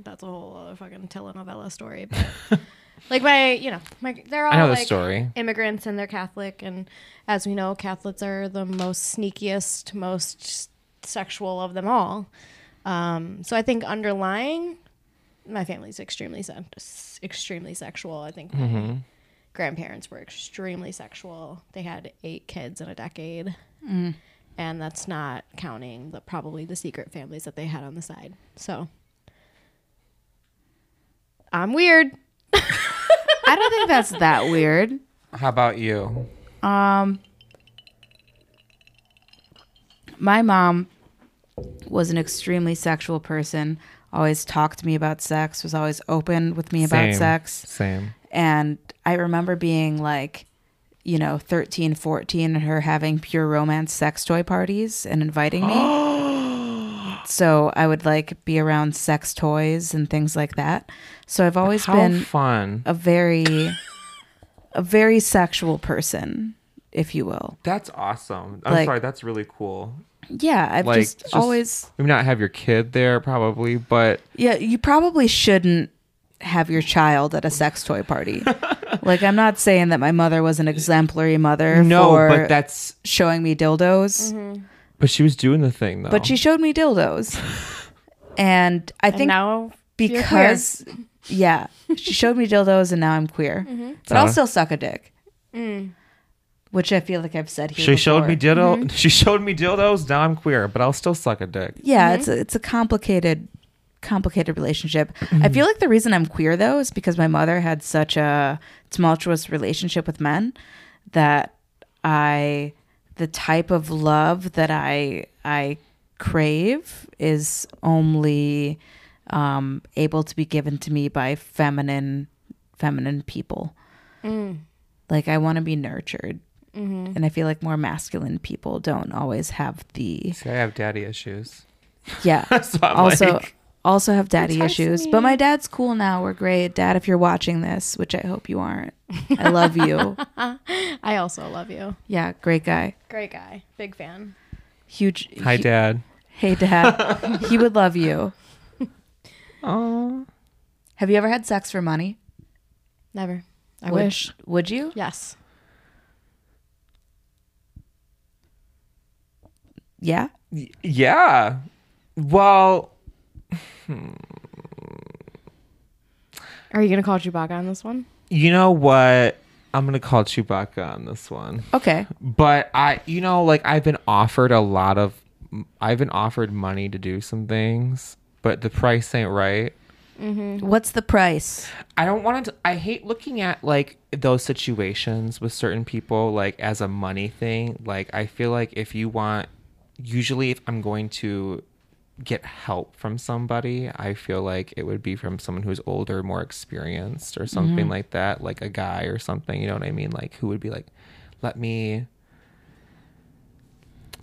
that's a whole other fucking telenovela story. But like my, you know, my they're all I know the like story. immigrants and they're Catholic, and as we know, Catholics are the most sneakiest, most sexual of them all. Um, so I think underlying, my family's extremely se- extremely sexual. I think my Mm-hmm. grandparents were extremely sexual. They had eight kids in a decade, and that's not counting the probably the secret families that they had on the side. So I'm weird. I don't think that's that weird. How about you? My mom was an extremely sexual person. Always talked to me about sex. Was always open with me about Same. sex. Same. And I remember being like, you know, 13, 14 and her having pure romance sex toy parties and inviting me. so I would like be around sex toys and things like that. So I've always How been fun. a very a very sexual person, if you will. That's awesome. I'm Like- sorry. That's really cool. Yeah, I've Like, just, just- always Maybe not have your kid there, probably, but Yeah, you probably shouldn't have your child at a sex toy party. like I'm not saying that my mother was an exemplary mother no, for but that's. showing me dildos, Mm-hmm. But she was doing the thing though. but she showed me dildos. and I think and now you're queer. because yeah, she showed me dildos and now I'm queer. But I'll So- still suck a dick. Mm. Which I feel like I've said here. She showed Mm-hmm. me before. dildo. She showed me dildos. Now I'm queer, but I'll still suck a dick. yeah it's a, it's a complicated complicated relationship i feel like the reason i'm queer though is because my mother had such a tumultuous relationship with men that i the type of love that i i crave is only um able to be given to me by feminine feminine people like i want to be nurtured and i feel like more masculine people don't always have the See, I have daddy issues. yeah. So I'm also, like- also have daddy Entice issues. me. But my dad's cool now. We're great, Dad. If you're watching this, which I hope you aren't, I love you. I also love you. Yeah, great guy. Great guy. Big fan. Huge. Hi, hu- dad. Hey, Dad. he would love you. Oh, Have you ever had sex for money? Never. I Would- wish. Would you? Yes. Yeah. yeah. Well, Are you gonna call Chewbacca on this one? you know what? I'm gonna call Chewbacca on this one. Okay. but I, you know, like I've been offered a lot of, I've been offered money to do some things, but the price ain't right. Mm-hmm. What's the price? I don't want to. I hate looking at like those situations with certain people, like as a money thing. Like I feel like if you want, usually if I'm going to get help from somebody, I feel like it would be from someone who's older, more experienced, or something like that, like a guy or something. You know what I mean? Like who would be like, let me,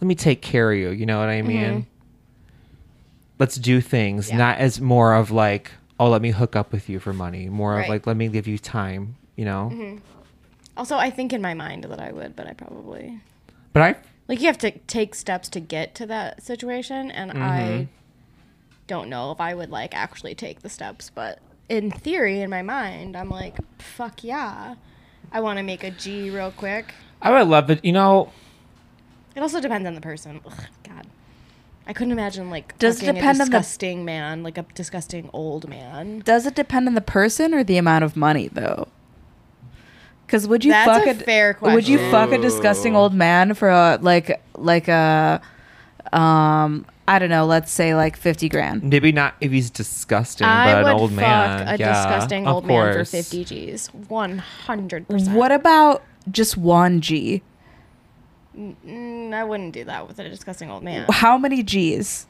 let me take care of you. You know what I mean? Mm-hmm. let's do things not as more of like oh let me hook up with you for money more of Right. Mm-hmm. like let me give you time you know Also, I think in my mind that I would, but I probably but i like you have to take steps to get to that situation, and I don't know if I would like actually take the steps, but in theory, in my mind, I'm like, fuck yeah. I want to make a G real quick. I would love it. You know, It also depends on the person. Ugh, God, I couldn't imagine like Does it fucking depend on a the- disgusting man, like a disgusting old man. Does it depend on the person or the amount of money though? Because would you That's fuck a a fair Would you question. fuck a disgusting Ooh. old man for a like like a um I don't know, let's say like fifty grand. maybe not if he's disgusting, I but would an old fuck man. a Yeah, disgusting of old man for course. fifty G's, one hundred percent. What about just one G? Mm, I wouldn't do that with a disgusting old man. How many G's?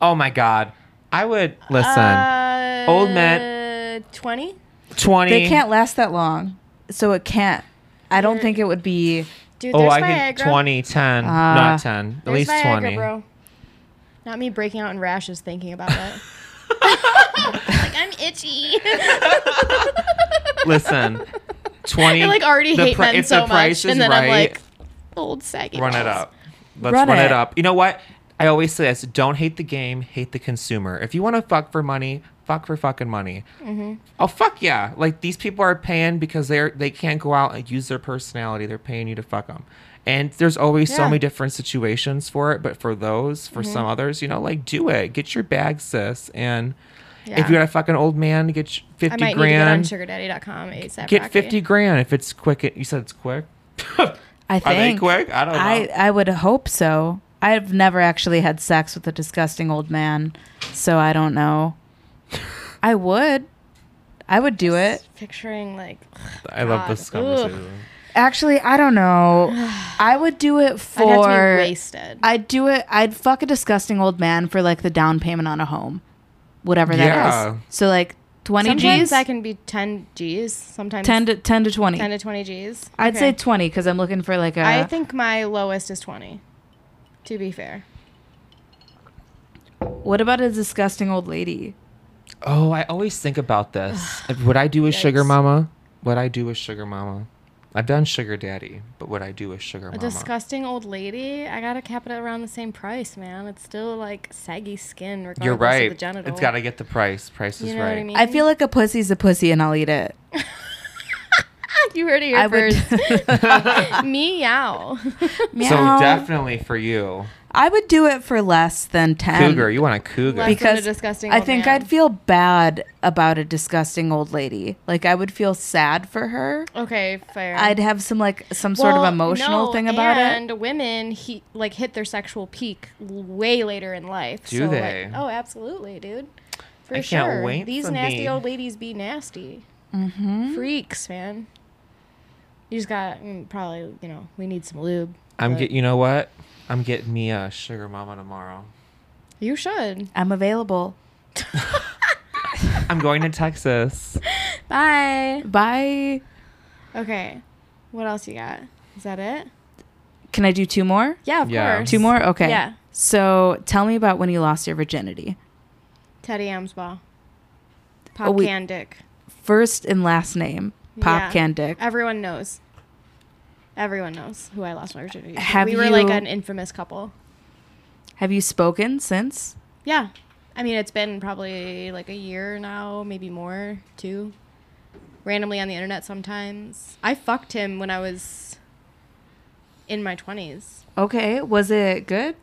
Oh my god, I would listen. Uh, Old man. Twenty. Twenty. They can't last that long, so it can't. I don't think it would be. Dude, Oh, there's I Viagra. Uh, could 20, 10, Ah. not 10, at There's least Viagra, 20. bro. Not me breaking out in rashes thinking about it. like I'm itchy. Listen, 20. I like already the hate pri- men if the so much, price is and then I'm right, like, old saggy. run it balls. up. Let's Run run, it. it up. You know what? I always say this don't hate the game, hate the consumer. If you want to fuck for money, fuck for fucking money. Mm-hmm. Oh, fuck yeah. Like these people are paying because they're, they can't go out and use their personality. They're paying you to fuck them. And there's always so Yeah. Mm-hmm. many different situations for it. But for those, for some others, you know, like do it. Get your bag, sis. And Yeah. if you got a fucking old man, get your I 50 might grand. need to get on sugardaddy.com ASAP. Get Rocky. 50 grand if it's quick. You said it's quick? I think. Are they quick? I don't know. I, I would hope so. I've never actually had sex with a disgusting old man, so I don't know. I would. I would do it. Picturing like I love this God. Ugh. conversation. Actually, I don't know. I would do it I'd have to for. be wasted. I'd do it. I'd fuck a disgusting old man for like the down payment on a home, whatever that is. Yeah. So like twenty Sometimes G's, I can be 10 G's. Sometimes ten to ten to twenty. 10 to 20 G's. I'd say Okay. twenty because I'm looking for like a. I think my lowest is 20. To be fair. what about a disgusting old lady? Oh, I always think about this. would I do a sugar Yikes. mama? Would I do a sugar mama? I've done sugar daddy, but would I do a sugar A mama? disgusting old lady. I gotta cap it around the same price, man. It's still like saggy skin. Regardless You're right. Of the genital. It's got to get the price. Price You is know right. what I mean? I feel like a pussy's a pussy, and I'll eat it. you heard it here I would. first. Meow. So Meow. definitely for you, I would do it for less than ten. cougar. You want a cougar? Less- because a disgusting I old think man. I'd feel bad about a disgusting old lady. Like I would feel sad for her. Okay, fair. I'd have some like some sort Well, of emotional no, thing about it. And women he like hit their sexual peak l- way later in life. Do so, like, they? oh, absolutely, dude. For I sure. can't wait These for nasty me. old ladies be nasty. Mm-hmm. Freaks, man. You just got mm, probably you know we need some lube. I'm but- get. You know what? I'm getting me a sugar mama tomorrow. You should. I'm available. I'm going to Texas. Bye. Bye. Okay. What else you got? Is that it? Can I do two more? Yeah, of Yeah. course. Two more? Okay. Yeah. So tell me about when you lost your virginity. Teddy Amsball. Pop Oh, we- can dick. First and last name. Pop Yeah. Can Dick. Everyone knows. Everyone knows who I lost my virginity. to. Have we were like you- an infamous couple. Have you spoken since? Yeah. I mean, it's been probably like a year now, maybe more, too. Randomly on the internet sometimes. I fucked him when I was in my 20s. Okay. Was it good?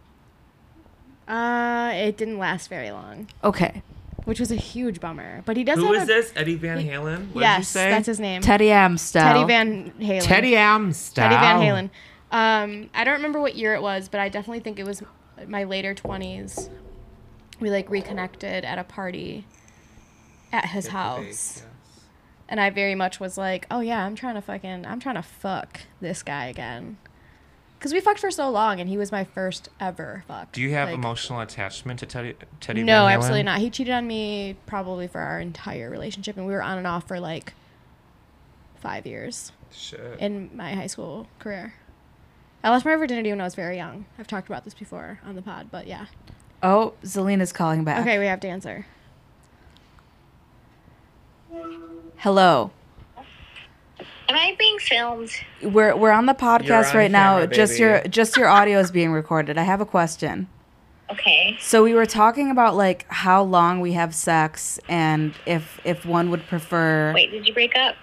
Uh, it didn't last very long, Okay. which was a huge bummer. But he does Who have is a- this? Eddie Van Halen. What did you yes, say? that's his name. Teddy Amstel. Teddy Van Halen. Teddy Amstel. Teddy Van Halen. Um, I don't remember what year it was, but I definitely think it was my later twenties. We like reconnected at a party at his house, and I very much was like, "Oh yeah, I'm trying to fucking, I'm trying to fuck this guy again," because we fucked for so long, and he was my first ever fuck. Do you have Like, emotional attachment to Teddy? Teddy no, Van Halen? absolutely not. He cheated on me probably for our entire relationship, and we were on and off for like five years Shit. in my high school career. I lost my virginity when I was very young. I've talked about this before on the pod, but yeah. Oh, Zelina's calling back. Okay, we have to answer. Hello. Am I being filmed? We're we're on the podcast on right now. camera, Just your baby. just your audio is being recorded. I have a question. Okay. So we were talking about like how long we have sex and if if one would prefer. Wait, did you break up?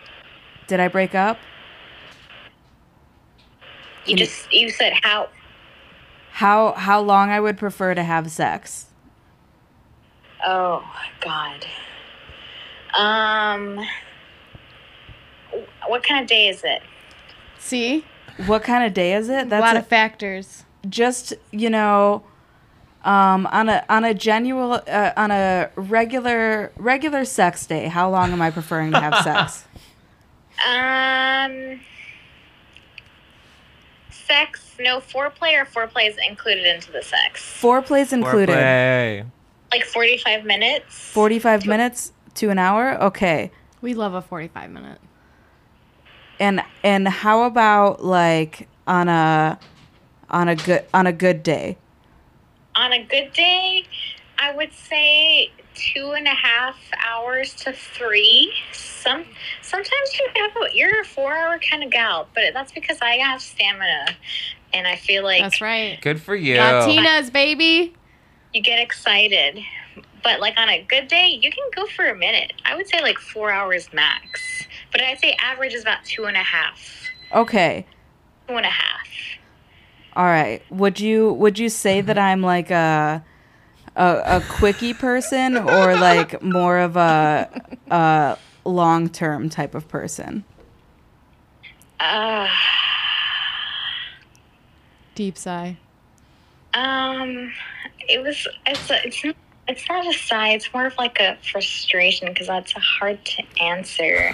Did I break up? You Can you- just you said how How how long I would prefer to have sex? Oh God. Um, what kind of day is it? See, What kind of day is it? a lot a- of factors. just you know um on a on a genuine uh, on a regular regular sex day how long am i preferring to have sex Um, sex, no foreplay, or foreplay is included into the sex. foreplay's included Foreplay. Like forty-five minutes. 45 minutes to an hour okay We love a 45 minute. and and how about like on a on a good on a good day On a good day, I would say two and a half hours to three. Some sometimes you have a, you're a four-hour kind of gal, but that's because I have stamina, and I feel like That's right. Good for you. Latinas, baby. you get excited. But like on a good day, you can go for a minute. I would say like four hours max. But I'd say average is about two and a half. okay Two and a half. all right would you would you say that i'm like a a, a quickie person or like more of a a long term type of person Uh, Deep sigh. um, it was. It's a, it's. n- It's not a sigh. It's more of like a frustration because that's hard to answer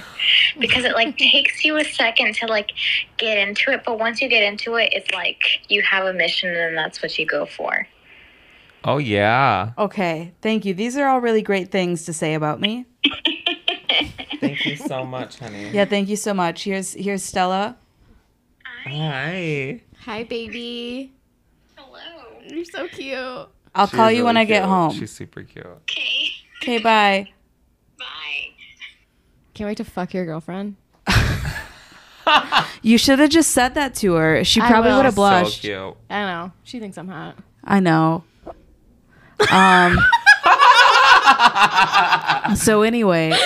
because it like takes you a second to like get into it. But once you get into it, it's like you have a mission and that's what you go for. Oh yeah. Okay, thank you. These are all really great things to say about me. Thank you so much, honey. Yeah, thank you so much. Here's here's Stella. Hi. Hi, baby. Hello. You're so cute. I'll She's call Oh, you when really I get cute. home. She's super cute. Okay. Okay, bye. Bye. Can't wait to fuck your girlfriend. You should have just said that to her. She I probably will. would have blushed. So cute. I don't know. She thinks I'm hot. I know. Um. so anyway,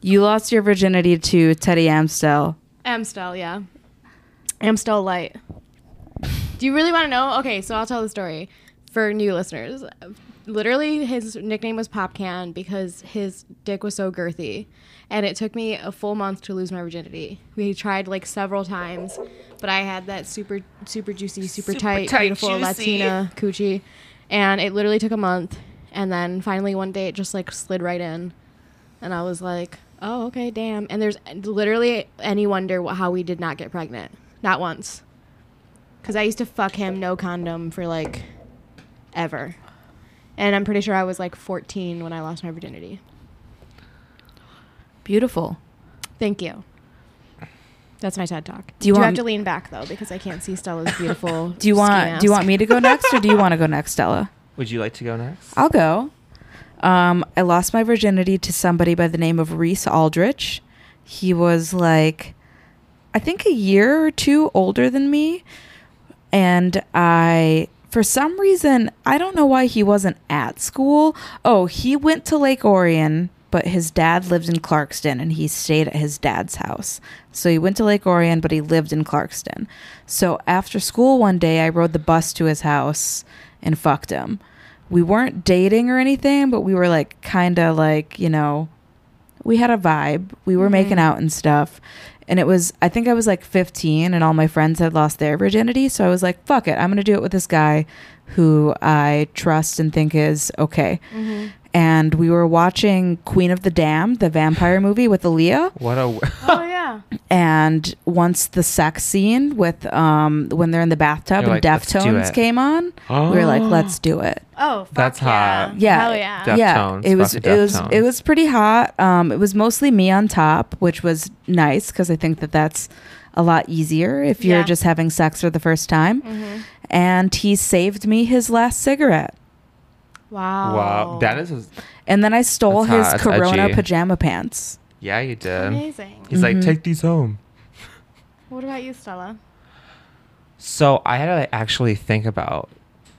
you lost your virginity to Teddy Amstel. Amstel, yeah. Amstel Light. Do you really want to know? Okay, so I'll tell the story for new listeners. Literally, his nickname was Pop Can because his dick was so girthy. And it took me a full month to lose my virginity. We tried like several times, but I had that super, super juicy, super, tight, beautiful Latina coochie. And it literally took a month. And then finally, one day, it just like slid right in. And I was like, oh, okay, damn. And there's literally any wonder wh- how we did not get pregnant. Not once. Because I used to fuck him no condom for like ever. And I'm pretty sure I was like 14 when I lost my virginity. Beautiful. Thank you. That's my TED talk. Do you have want- to lean back though because I can't see Stella's beautiful. Do you ski want do you mask. want me to go next or do you want to go next, Stella? Would you like to go next? I'll go. Um, I lost my virginity to somebody by the name of Reese Aldrich. He was like, I think a year or two older than me. And I, for some reason, I don't know why he wasn't at school. Oh, he went to Lake Orion, but his dad lived in Clarkston and he stayed at his dad's house. So he went to Lake Orion, but he lived in Clarkston. So after school one day, I rode the bus to his house and fucked him we weren't dating or anything, but we were like kind of like, you know, we had a vibe. We were making out and stuff. And it was, I think I was like 15 and all my friends had lost their virginity. So I was like, fuck it. I'm going to do it with this guy who I trust and think is okay. And we were watching Queen of the Dam, the vampire movie with Aaliyah What a Oh yeah. and once the sex scene with um when they're in the bathtub You're and like, "Let's do Deftones it." came on, we were like, Oh. let's do it. Oh, fuck That's yeah. hot. Yeah, Hell yeah. Def- yeah. Deftones, It was fucking it was Deftones. it was pretty hot. Um, it was mostly me on top, which was nice because I think that that's a lot easier if you're Yeah. just having sex for the first time. Mm-hmm. And he saved me his last cigarette, wow. Oh. wow. Dennis was. and then I stole That's hot. his That's Corona edgy. pajama pants. Yeah, you did. Amazing. He's Mm-hmm. like, take these home. What about you, Stella? So I had to actually think about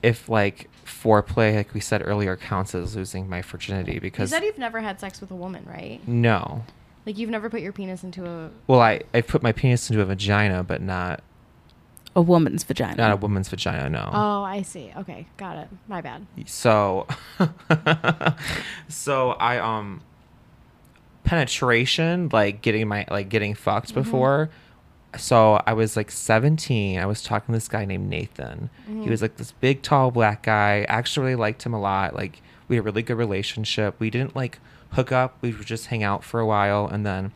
if like foreplay, like we said earlier, counts as losing my virginity You because said you've never had sex with a woman, right? no. Like you've never put your penis into a. Well, I I put my penis into a vagina, but not A woman's vagina. not a woman's vagina. No. Oh, I see. Okay, got it. My bad. So, so I um, penetration like getting my like getting fucked before. So I was like 17. I was talking to this guy named Nathan. He was like this big, tall, black guy. I actually really liked him a lot. Like we had a really good relationship. We didn't like hook up. We would just hang out for a while, and then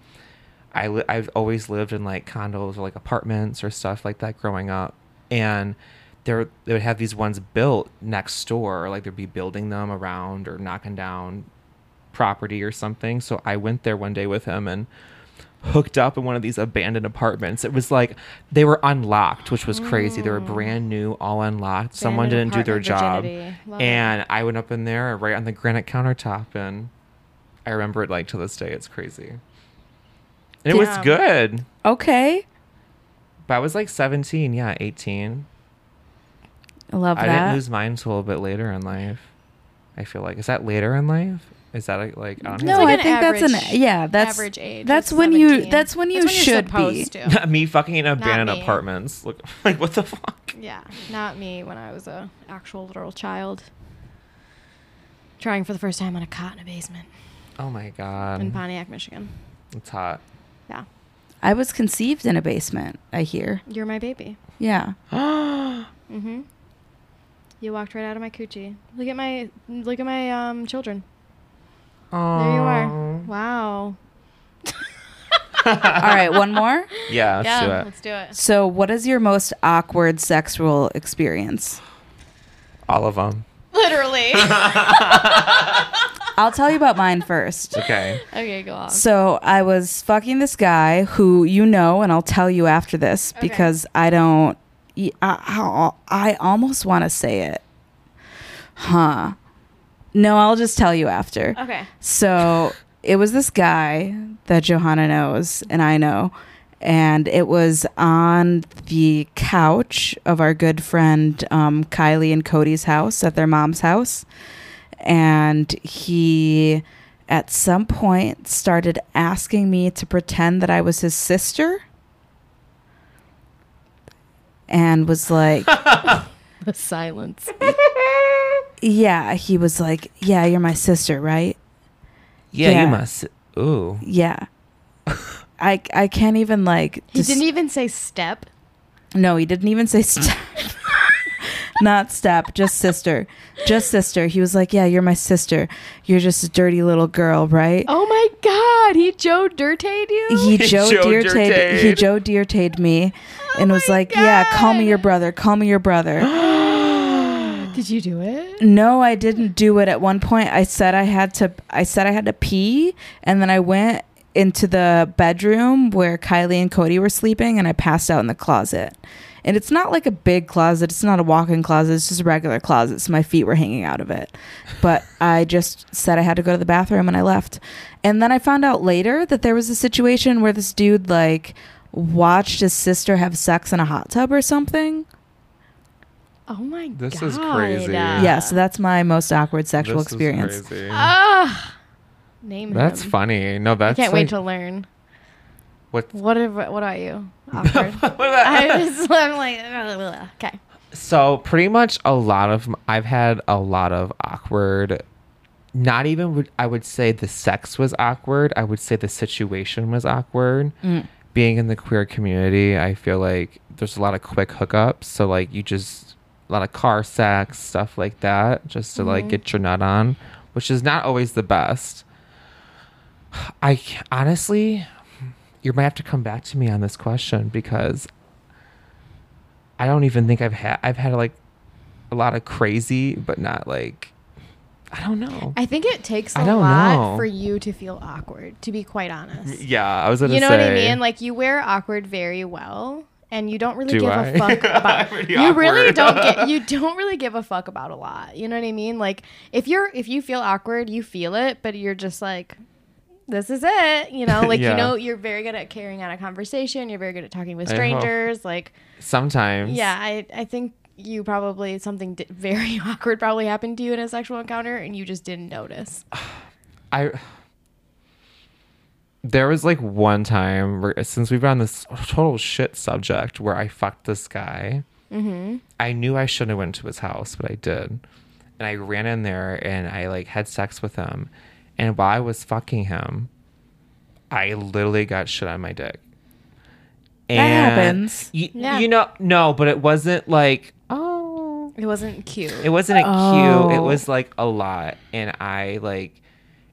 I li- I've always lived in like condos or like apartments or stuff like that growing up, and there they would have these ones built next door, or like they'd be building them around or knocking down property or something. So I went there one day with him and hooked up in one of these abandoned apartments. It was like they were unlocked, which was crazy. They were brand new, all unlocked. Someone Mm. Abandoned didn't do their apartment job, virginity. Love it. and I went up in there right on the granite countertop and. I remember it like to this day. It's crazy. And it was Damn. good. okay. But I was like 17, yeah, 18. I love I that. didn't lose mine until a little bit later in life. I feel like is that later in life? Is that like, like I don't no, know. like I an think that's average- an yeah. That's average age. That's is when you. 17. That's when you That's you're should be. supposed to. Not me fucking in abandoned me. apartments. Look, like what the fuck? Yeah, not me when I was a actual little child. Trying for the first time on a cot in a basement Oh my god, in Pontiac, Michigan. it's hot. Yeah, I was conceived in a basement. I hear. you're my baby. Yeah. Mm-hmm. You walked right out of my coochie. Look at my look at my um children. There you are. Aw. Wow. All right. One more. Yeah, let's yeah, do it. let's do it. So, what is your most awkward sexual experience? All of them. Literally. I'll tell you about mine first. Okay. okay, go on. So I was fucking this guy who you know, and I'll tell you after this Okay. because I don't. I, I, I almost want to say it. Huh. No, I'll just tell you after. Okay. So it was this guy that Johanna knows and I know. And it was on the couch of our good friend um, Kylie and Cody's house at their mom's house. And he, at some point, started asking me to pretend that I was his sister. And was like, The silence. Yeah, he was like, Yeah, you're my sister, right? Yeah, Yeah. you must. Ooh. Yeah. I I can't even like He dis- didn't even say step. No, he didn't even say step. Not step, just sister. Just sister. He was like, "Yeah, you're my sister. You're just a dirty little girl, right?" Oh my god, he Joe Dirtate you? He Joe Joe Dirtate he Dirtate. Joe Dirtate me and was Oh my like, "Yeah, call me God. your brother. Call me your brother." Did you do it? no, I didn't do it. At one point, I said I had to I said I had to pee, and then I went into the bedroom where Kylie and Cody were sleeping and I passed out in the closet. And it's not like a big closet, it's not a walk in closet, it's just a regular closet. So my feet were hanging out of it. But I just said I had to go to the bathroom and I left. And then I found out later that there was a situation where this dude like watched his sister have sex in a hot tub or something. Oh my god. This is crazy. uh, yeah, so that's my most awkward sexual Ah. This is experience. crazy. Ah. Name That's him. funny. No, I that's can't like- wait to learn. what What if, what about you? Awkward. What about- I just, I'm like, okay. So pretty much a lot of m- I've had a lot of awkward. Not even would I would say the sex was awkward. I would say the situation was awkward. Being in the queer community, I feel like there's a lot of quick hookups. So like you just a lot of car sex stuff like that, just to like get your nut on, which is not always the best. I c- honestly, you might have to come back to me on this question because I don't even think I've had I've had like a lot of crazy, but not like I don't know. I think it takes a I don't lot know. for you to feel awkward, to be quite honest. yeah, I was gonna You know what I say, mean? Like you wear awkward very well and you don't really Do give a I? fuck about Pretty You really awkward. don't get you don't really give a fuck about a lot. You know what I mean? Like if you're if you feel awkward, you feel it, but you're just like this is it, you know, like you Yeah. know you're very good at carrying on a conversation, you're very good at talking with I hope. strangers, like sometimes. yeah, I I think you probably something di- very awkward probably happened to you in a sexual encounter and you just didn't notice. Uh, I there was like one time where- since we've been on this total shit subject where I fucked this guy. Mm-hmm. I knew I shouldn't have went to his house, but I did, and I ran in there and I like had sex with him, and while I was fucking him, I literally got shit on my dick. happens. You, Yeah. you know, no, but it wasn't like oh, It wasn't cute. it wasn't a cue. It Oh. was like a lot, and I like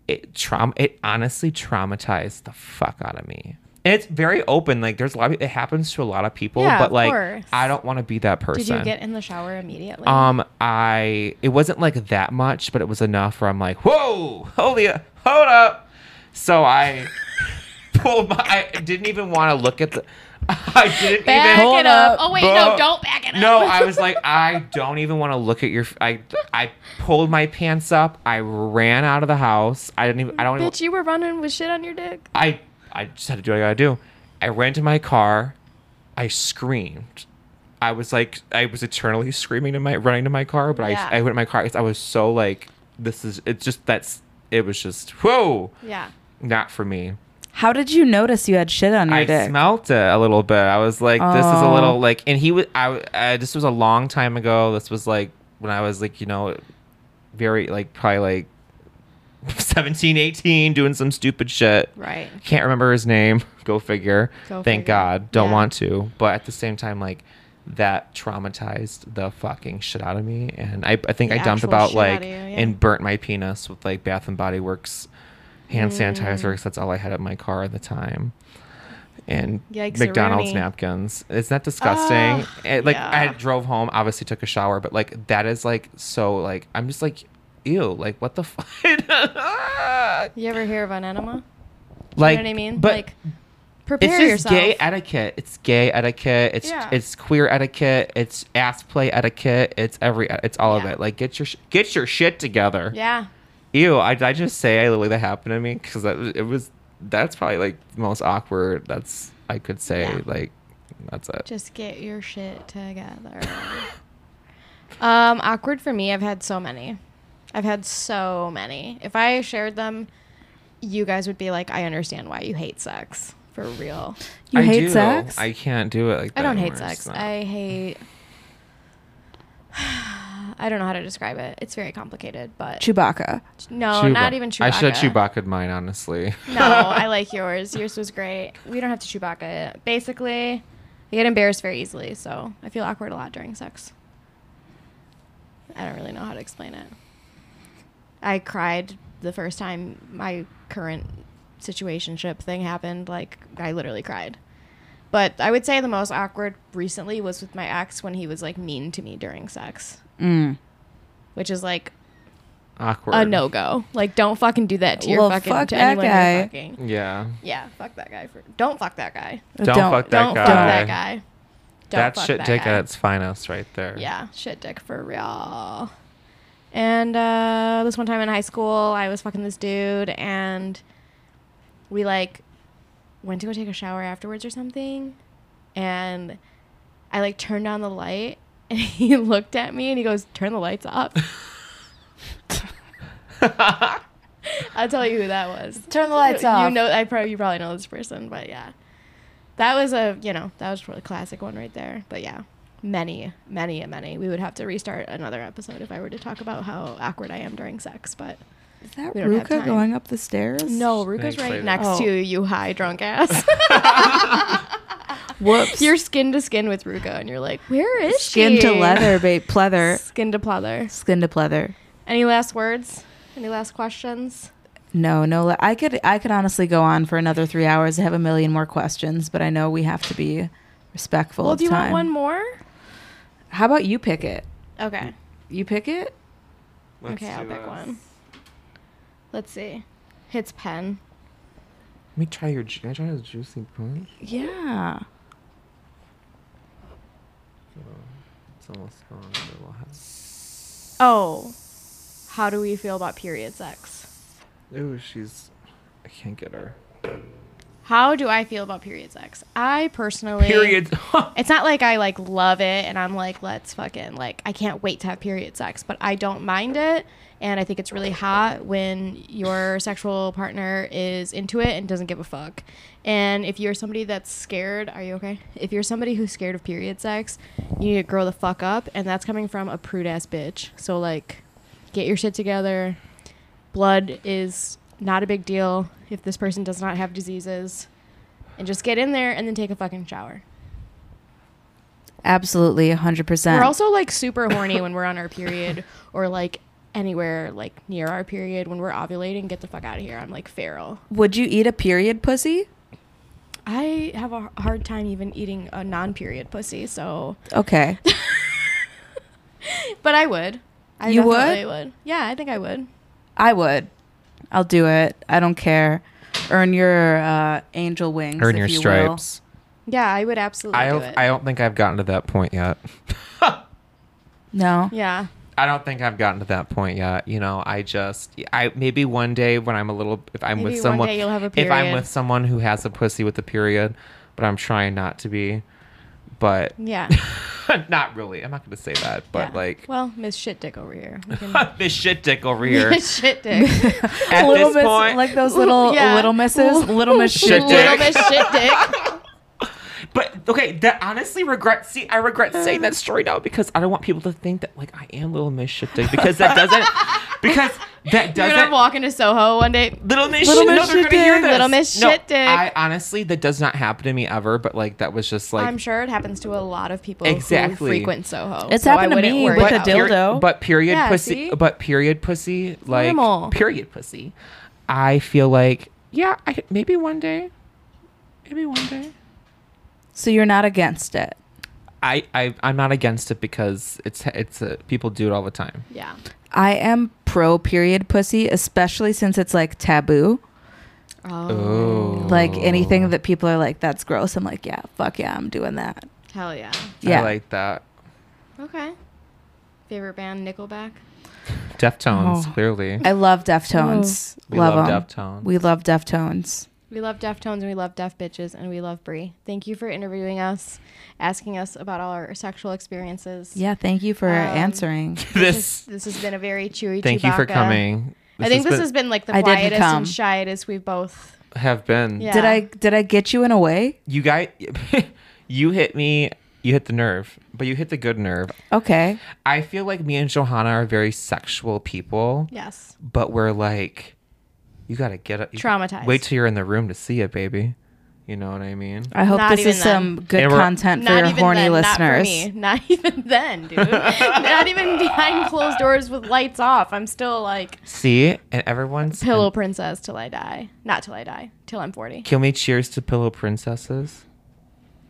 it. Traum. It honestly traumatized the fuck out of me. And it's very open. Like there's a lot. Of, it happens to a lot of people. Yeah, but of like course. I don't want to be that person. Did you get in the shower immediately? Um, I it wasn't like that much, but it was enough where I'm like, whoa, holy, hold up. So I pulled my. I didn't even want to look at the. I didn't back even. it up. up. Oh wait, Bu- no, don't back it up. No, I was like, I don't even want to look at your. f- I I pulled my pants up. I ran out of the house. I didn't even. I don't. even, Bitch, you were running with shit on your dick. I I just had to do what I gotta do. I ran to my car. I screamed. I was like, I was eternally screaming to my running to my car, but Yeah. I I went to my car. 'cause I was so like, this is it's just that's it was just whoa, Yeah. not for me. How did you notice you had shit on your I dick? smelt it a little bit. I was like, this is a Oh. little like, and he was. I, I this was a long time ago. This was like when I was like, you know, very like probably like 17, 18, doing some stupid shit. Right. Can't remember his name. Go figure. Go Thank figure. God. Don't Yeah. want to. But at the same time, like that traumatized the fucking shit out of me. And I, I think The I dumped actual about shit out like of you, yeah. and burnt my penis with like Bath and Body Works hand Mm. sanitizer because that's all I had at my car at the time. And Yikes, McDonald's Rooney. napkins. Isn't that disgusting? It- like I yeah. had drove home, obviously took a shower, but like that is like so like I'm just like ew, like what the fuck? You ever hear of an enema? you like know what I mean? But like prepare it's just yourself. gay etiquette. It's gay etiquette. It's Yeah. it's queer etiquette. It's ass play etiquette. It's every it's all of Yeah. it. Like get your sh- get your shit together. yeah. Ew! I, I just say I literally that happened to me because it was that's probably like the most awkward. That's I could say Yeah. like that's it. Just get your shit together. um, awkward for me. I've had so many. I've had so many. If I shared them, you guys would be like, I understand why you hate sex. For real. You I hate do. sex? I can't do it like that I don't hate anymore. It's sex. not- I hate. I don't know how to describe it. It's very complicated, but Chewbacca. no, Chewba- not even Chewbacca. I should have Chewbacca'd mine honestly. No, I like yours. Yours was great. We don't have to Chewbacca it. Basically, I get embarrassed very easily, so I feel awkward a lot during sex. I don't really know how to explain it. I cried the first time my current situationship thing happened. Like, I literally cried. But I would say the most awkward recently was with my ex when he was like mean to me during sex, Mm. which is like Awkward. a no go. Like, don't fucking do that to your Well, fucking fuck to that anyone you're guy. fucking. Yeah. Yeah, fuck that guy. For, don't fuck that guy. Don't, fuck that don't guy. fuck that guy. Don't That's fuck shit that dick guy. at its finest right there. Yeah, shit dick for real. And uh, this one time in high school, I was fucking this dude, and we like went to go take a shower afterwards or something, and I like turned on the light, and he looked at me and he goes, "Turn the lights up." I'll tell you who that was. Turn the lights you off. know, I probably you probably know this person, but yeah, that was a you know that was a classic one right there. But yeah, many, many, and many. We would have to restart another episode if I were to talk about how awkward I am during sex. But Is that We don't have Ruka time. going up the stairs? no, Thanks Ruka's right later. next Oh. to you, high drunk ass. Whoops. you're skin to skin with Ruka, and you're like, where is skin she? to leather, babe. Pleather. Skin to pleather. Skin to pleather. Any last words? Any last questions? No, no. le- I could I could honestly go on for another three hours. I have a million more questions, but I know we have to be respectful Well, of do you time. want one more? How about you pick it? Okay. You pick it? Let's okay, I'll do pick this. one. Let's see. Hits pen. Let me try your. ju- Can I try his juicy punch? Yeah. Oh, It's almost gone. but we'll have- Oh, how do we feel about period sex? Ooh, she's. I can't get her. How do I feel about period sex? I personally Period. It's not like I like love it and I'm like let's fucking like I can't wait to have period sex, but I don't mind it and I think it's really hot when your sexual partner is into it and doesn't give a fuck. And if you're somebody that's scared, are you okay? If you're somebody who's scared of period sex, you need to grow the fuck up and that's coming from a prude ass bitch. So like get your shit together. Blood is not a big deal if this person does not have diseases. And just get in there and then take a fucking shower. Absolutely, 100%. We're also like super horny when we're on our period or like anywhere like near our period when we're ovulating. Get the fuck out of here. I'm like feral. Would you eat a period pussy? I have a h- hard time even eating a non period pussy, so. Okay. But I would. I You definitely would? Yeah, I think I would. I would. I'll do it. I don't care. Earn your uh, angel wings. Earn if your you will. stripes. Yeah, I would absolutely I do don't, it. I don't think I've gotten to that point yet. No. yeah. I don't think I've gotten to that point yet. You know, I just I maybe one day when I'm a little if I'm Maybe with one someone day you'll have a if I'm period. with someone who has a pussy with a period, but I'm trying not to be. But Yeah. not really. I'm not going to say that, but Yeah. like Well, Miss Shit Dick over here. We can- this shit dick over here. Miss Shit Dick. At little this miss, point, like those little Yeah. little misses, little miss Shit shit. dick. Little Miss Shit Dick. But okay, that honestly regret. See, I regret saying that story now because I don't want people to think that like I am Little Miss Shit Dick because that doesn't because that You're gonna doesn't. walk into Soho one day. Little Miss Little Shit Miss no, they're Shit gonna hear Dick. this. Little Miss No, Shit Dick. I honestly that does not happen to me ever. But like that was just like I'm sure it happens to a lot of people Exactly. who frequent Soho. It's so happened I to wouldn't me worry with a about dildo. it. Peri- but period Yeah, pussy. see? But period pussy. Like Normal. period pussy. I feel like yeah. I could- maybe one day. Maybe one day. So you're not against it. I, I I'm not against it because it's it's uh, people do it all the time. Yeah. I am pro period pussy, especially since it's like taboo. Oh, Oh, Like anything that people are like, that's gross. I'm like, yeah, fuck yeah, I'm doing that. hell yeah. Yeah. I like that. Okay. Favorite band, Nickelback. Deftones, Oh. clearly. I love Deftones. We love love 'em. Deftones. We love Deftones. We love Deftones and we love Deaf Bitches and we love Brie. Thank you for interviewing us, asking us about all our sexual experiences. Yeah, thank you for Um, answering. this. This has been a very chewy. Thank you for Chewbacca. coming. I think this been- has been like the I didn't quietest come. and shyest we've both. have been. Yeah. Did I did I get you in a way? You guys, you hit me. You hit the nerve, but you hit the good nerve. Okay. I feel like me and Johanna are very sexual people, Yes. but we're like, you gotta get up. you- Traumatized. Wait till you're in the room to see it, baby. You know what I mean? I hope Not this even is some good And we're- content for your horny then, listeners. Not for me. Not even then, dude. not even behind closed doors with lights off. I'm still like See, and everyone's pillow princess till I die. Not till I die. Till I'm 40. Kill me. Cheers to pillow princesses.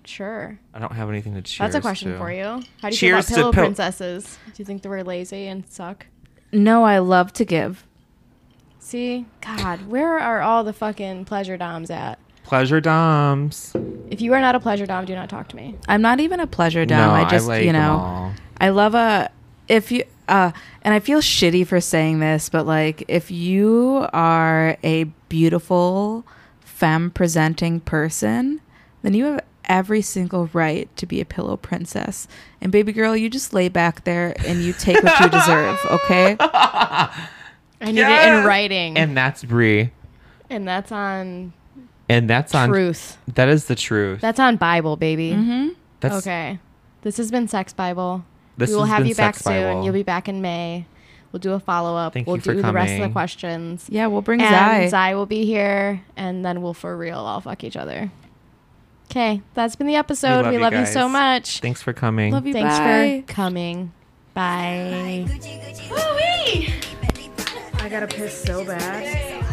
Sure. I don't have anything to cheers. That's a question to. for you. How do you Cheers to feel about pillow pill- princesses? Do you think they were lazy and suck? No, I love to give. See, God, where are all the fucking pleasure doms at? Pleasure doms. If you are not a pleasure dom, do not talk to me. I'm not even a pleasure dom. I just, you them know, all. I love a if you uh and I feel shitty for saying this, but like if you are a beautiful femme presenting person, then you have every single right to be a pillow princess. And baby girl, you just lay back there and you take what you deserve, okay? I need it Yes! in writing, and, And that's Brie. that's on And that's on. truth. That is the truth. That's on Bible, baby. Mm-hmm. That's Okay. This has been Sex Bible. This we will has have been you back Sex soon. Bible. You'll be back in May. We'll do a follow up. Thank We'll you for do the rest of the coming. questions. Yeah, we'll bring And Zai. Zai will be here, and then we'll for real all fuck each other. Okay, that's been the episode. We love, love you, you so guys. much. Thanks for coming. Love you. Thanks Bye. for coming. Bye. I gotta piss so bad.